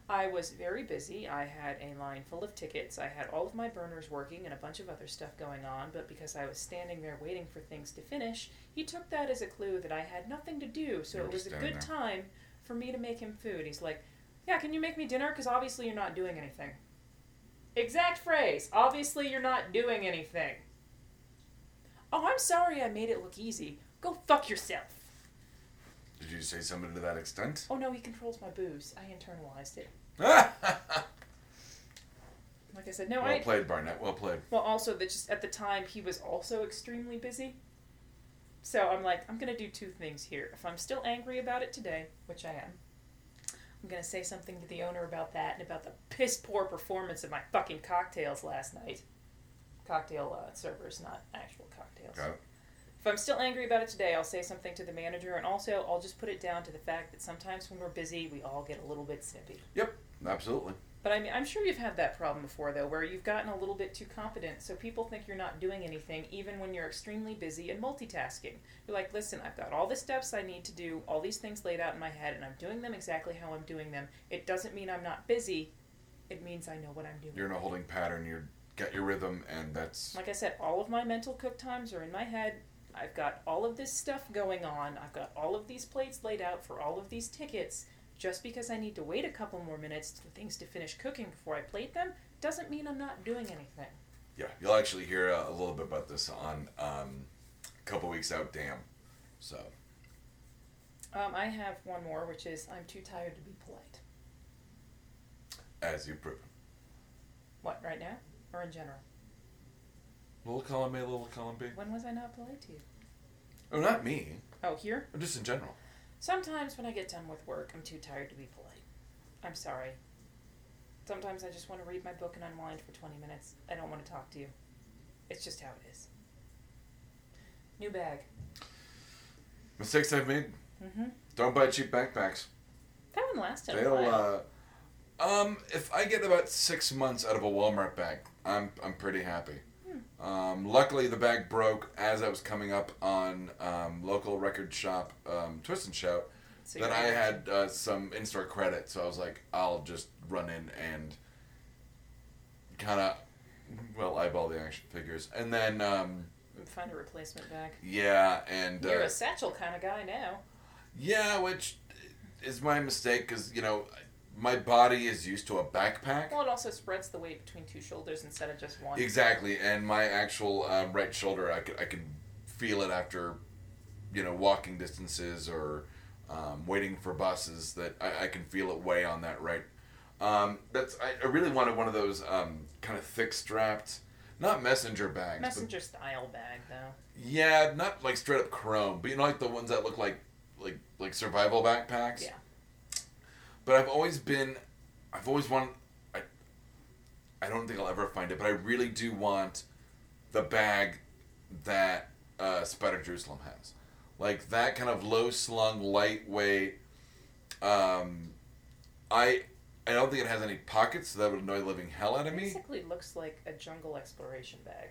[SPEAKER 1] I was very busy. I had a line full of tickets. I had all of my burners working and a bunch of other stuff going on, but because I was standing there waiting for things to finish, he took that as a clue that I had nothing to do, so
[SPEAKER 2] You
[SPEAKER 1] it
[SPEAKER 2] were
[SPEAKER 1] was a
[SPEAKER 2] standing
[SPEAKER 1] good
[SPEAKER 2] there.
[SPEAKER 1] time for me to make him food. He's like, Yeah, can you make me dinner? Because obviously you're not doing anything. Exact phrase. Obviously you're not doing anything. Oh, I'm sorry I made it look easy. Go fuck yourself.
[SPEAKER 2] did you say something to that extent?
[SPEAKER 1] Oh no, he controls my booze. I internalized it. Like I said, no,
[SPEAKER 2] Well
[SPEAKER 1] I
[SPEAKER 2] played, Barnett. Well played.
[SPEAKER 1] Well, also that just at the time he was also extremely busy. So I'm like, I'm gonna do two things here. If I'm still angry about it today, which I am, I'm gonna say something to the owner about that and about the piss poor performance of my fucking cocktails last night. Cocktail uh, servers, not actual cocktails.
[SPEAKER 2] Got it.
[SPEAKER 1] If I'm still angry about it today, I'll say something to the manager, and also I'll just put it down to the fact that sometimes when we're busy, we all get a little bit snippy.
[SPEAKER 2] Yep, absolutely.
[SPEAKER 1] But I mean, I'm sure you've had that problem before, though, where you've gotten a little bit too confident, so people think you're not doing anything, even when you're extremely busy and multitasking. You're like, listen, I've got all the steps I need to do, all these things laid out in my head, and I'm doing them exactly how I'm doing them. It doesn't mean I'm not busy, it means I know what I'm doing.
[SPEAKER 2] You're in a holding pattern. You're got your rhythm, and that's
[SPEAKER 1] Like I said, all of my mental cook times are in my head. I've got all of this stuff going on. I've got all of these plates laid out for all of these tickets. Just because I need to wait a couple more minutes for things to finish cooking before I plate them doesn't mean I'm not doing anything.
[SPEAKER 2] yeah. You'll actually hear uh, a little bit about this on um, a couple weeks out. Damn. So
[SPEAKER 1] Um, I have one more, which is I'm too tired to be polite.
[SPEAKER 2] as you prove,
[SPEAKER 1] What, right now? Or in general?
[SPEAKER 2] little column A, little column B.
[SPEAKER 1] When was I not polite to you?
[SPEAKER 2] Oh, not me.
[SPEAKER 1] Oh, here?
[SPEAKER 2] Just in general.
[SPEAKER 1] Sometimes when I get done with work, I'm too tired to be polite. I'm sorry. Sometimes I just want to read my book and unwind for 20 minutes. I don't want to talk to you. It's just how it is. New bag.
[SPEAKER 2] Mistakes I've made.
[SPEAKER 1] Mm-hmm.
[SPEAKER 2] Don't buy cheap backpacks.
[SPEAKER 1] That one lasted a
[SPEAKER 2] They'll.
[SPEAKER 1] while.
[SPEAKER 2] Uh, um, if I get about six months out of a Walmart bag, I'm I'm pretty happy.
[SPEAKER 1] Hmm.
[SPEAKER 2] Um, luckily, the bag broke as I was coming up on um, local record shop um, Twist and Shout.
[SPEAKER 1] So
[SPEAKER 2] that
[SPEAKER 1] you're
[SPEAKER 2] I
[SPEAKER 1] right.
[SPEAKER 2] had uh, some in-store credit, so I was like, I'll just run in and kind of well eyeball the action figures, and then um,
[SPEAKER 1] Find a replacement bag.
[SPEAKER 2] yeah, and
[SPEAKER 1] You're
[SPEAKER 2] uh,
[SPEAKER 1] a satchel kind of guy now.
[SPEAKER 2] Yeah, which is my mistake because you know my body is used to a backpack.
[SPEAKER 1] Well, it also spreads the weight between two shoulders instead of just one.
[SPEAKER 2] Exactly, and my actual um, right shoulder, I could I could feel it after, you know, walking distances or um, waiting for buses. That I, I can feel it weigh on that right. Um, that's I, I really wanted one of those um, kind of thick strapped, not messenger bags. but-
[SPEAKER 1] Messenger style bag, though.
[SPEAKER 2] yeah, not like straight up chrome, but you know, like the ones that look like like like survival backpacks.
[SPEAKER 1] Yeah.
[SPEAKER 2] But I've always been, I've always wanted. I, I don't think I'll ever find it, but I really do want the bag that uh, Spider Jerusalem has, like that kind of low slung, lightweight. Um, I I don't think it has any pockets, so that would annoy the living hell out of me.
[SPEAKER 1] Basically, looks like a jungle exploration bag.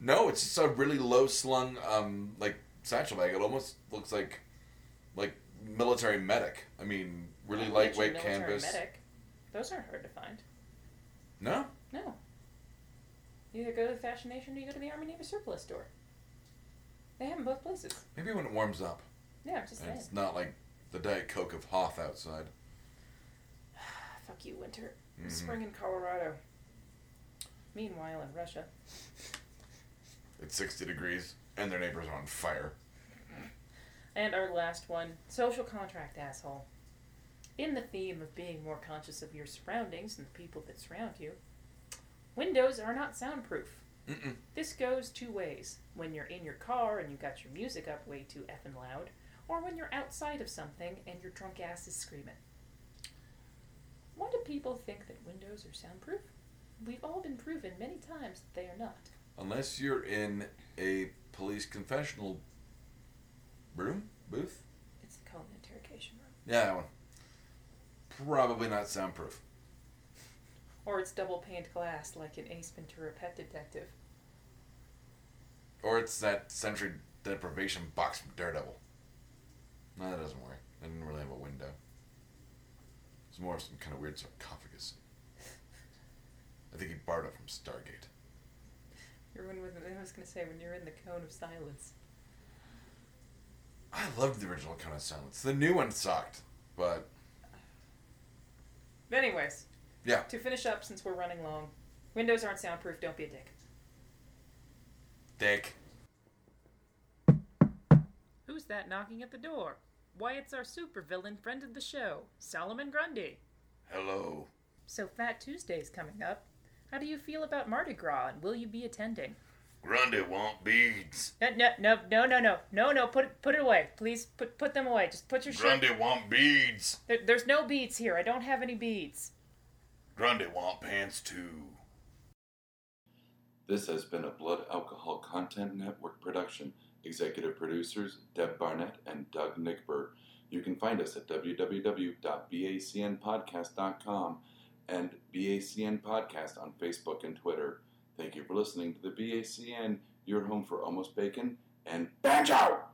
[SPEAKER 2] No, it's just a really low slung um like satchel bag. It almost looks like like military medic. I mean, really
[SPEAKER 1] Not
[SPEAKER 2] lightweight
[SPEAKER 1] mention military
[SPEAKER 2] canvas.
[SPEAKER 1] medic. Those aren't hard to find.
[SPEAKER 2] No.
[SPEAKER 1] No. You either go to the Fashion Nation or you go to the Army Navy Surplus store. They have them both places.
[SPEAKER 2] Maybe when it warms up
[SPEAKER 1] Yeah, I'm just
[SPEAKER 2] and
[SPEAKER 1] saying. (sighs)
[SPEAKER 2] it's not like the Diet Coke of Hoth outside.
[SPEAKER 1] Fuck you, winter.
[SPEAKER 2] Mhm.
[SPEAKER 1] Spring in Colorado. Meanwhile, in Russia.
[SPEAKER 2] It's 60 degrees and their neighbors are on fire.
[SPEAKER 1] And our last one social contract, asshole. In the theme of being more conscious of your surroundings and the people that surround you, windows are not soundproof.
[SPEAKER 2] Mm-mm.
[SPEAKER 1] This goes two ways when you're in your car and you've got your music up way too effing loud, or when you're outside of something and your drunk ass is screaming. Why do people think that windows are soundproof? We've all been proven many times that they are not.
[SPEAKER 2] Unless you're in a police confessional room booth.
[SPEAKER 1] It's called an interrogation room.
[SPEAKER 2] Yeah, that one. Probably not soundproof.
[SPEAKER 1] Or it's double paned glass like an Ace Ventura pet detective.
[SPEAKER 2] Or it's that sensory deprivation box from Daredevil. No, that doesn't work. I didn't really have a window. It's more of some kind of weird sarcophagus. I think he borrowed it from Stargate.
[SPEAKER 1] You're in with, I was going to say, when you're in the cone of silence.
[SPEAKER 2] I loved the original Conan Silence. The new one sucked, but
[SPEAKER 1] But anyways,
[SPEAKER 2] yeah,
[SPEAKER 1] to finish up, since we're running long, windows aren't soundproof, don't be a dick.
[SPEAKER 2] dick.
[SPEAKER 1] Who's that knocking at the door? Why, it's our supervillain friend of the show, Solomon Grundy.
[SPEAKER 2] Hello.
[SPEAKER 1] So Fat Tuesday's coming up. How do you feel about Mardi Gras, and will you be attending?
[SPEAKER 2] Grundy want beads.
[SPEAKER 1] No, no, no, no, no, no, no, no. Put it, put it away, please. Put, put them away. Just put your shirt.
[SPEAKER 2] want beads.
[SPEAKER 1] There, there's no beads here. I don't have any beads.
[SPEAKER 2] Grundy want pants too. This has been a Blood Alcohol Content Network production. Executive producers Deb Barnett and Doug Nickberg. You can find us at www.bacnpodcast.com and BACN Podcast on Facebook and Twitter. Thank you for listening to the BACN, your home for almost bacon and banjo!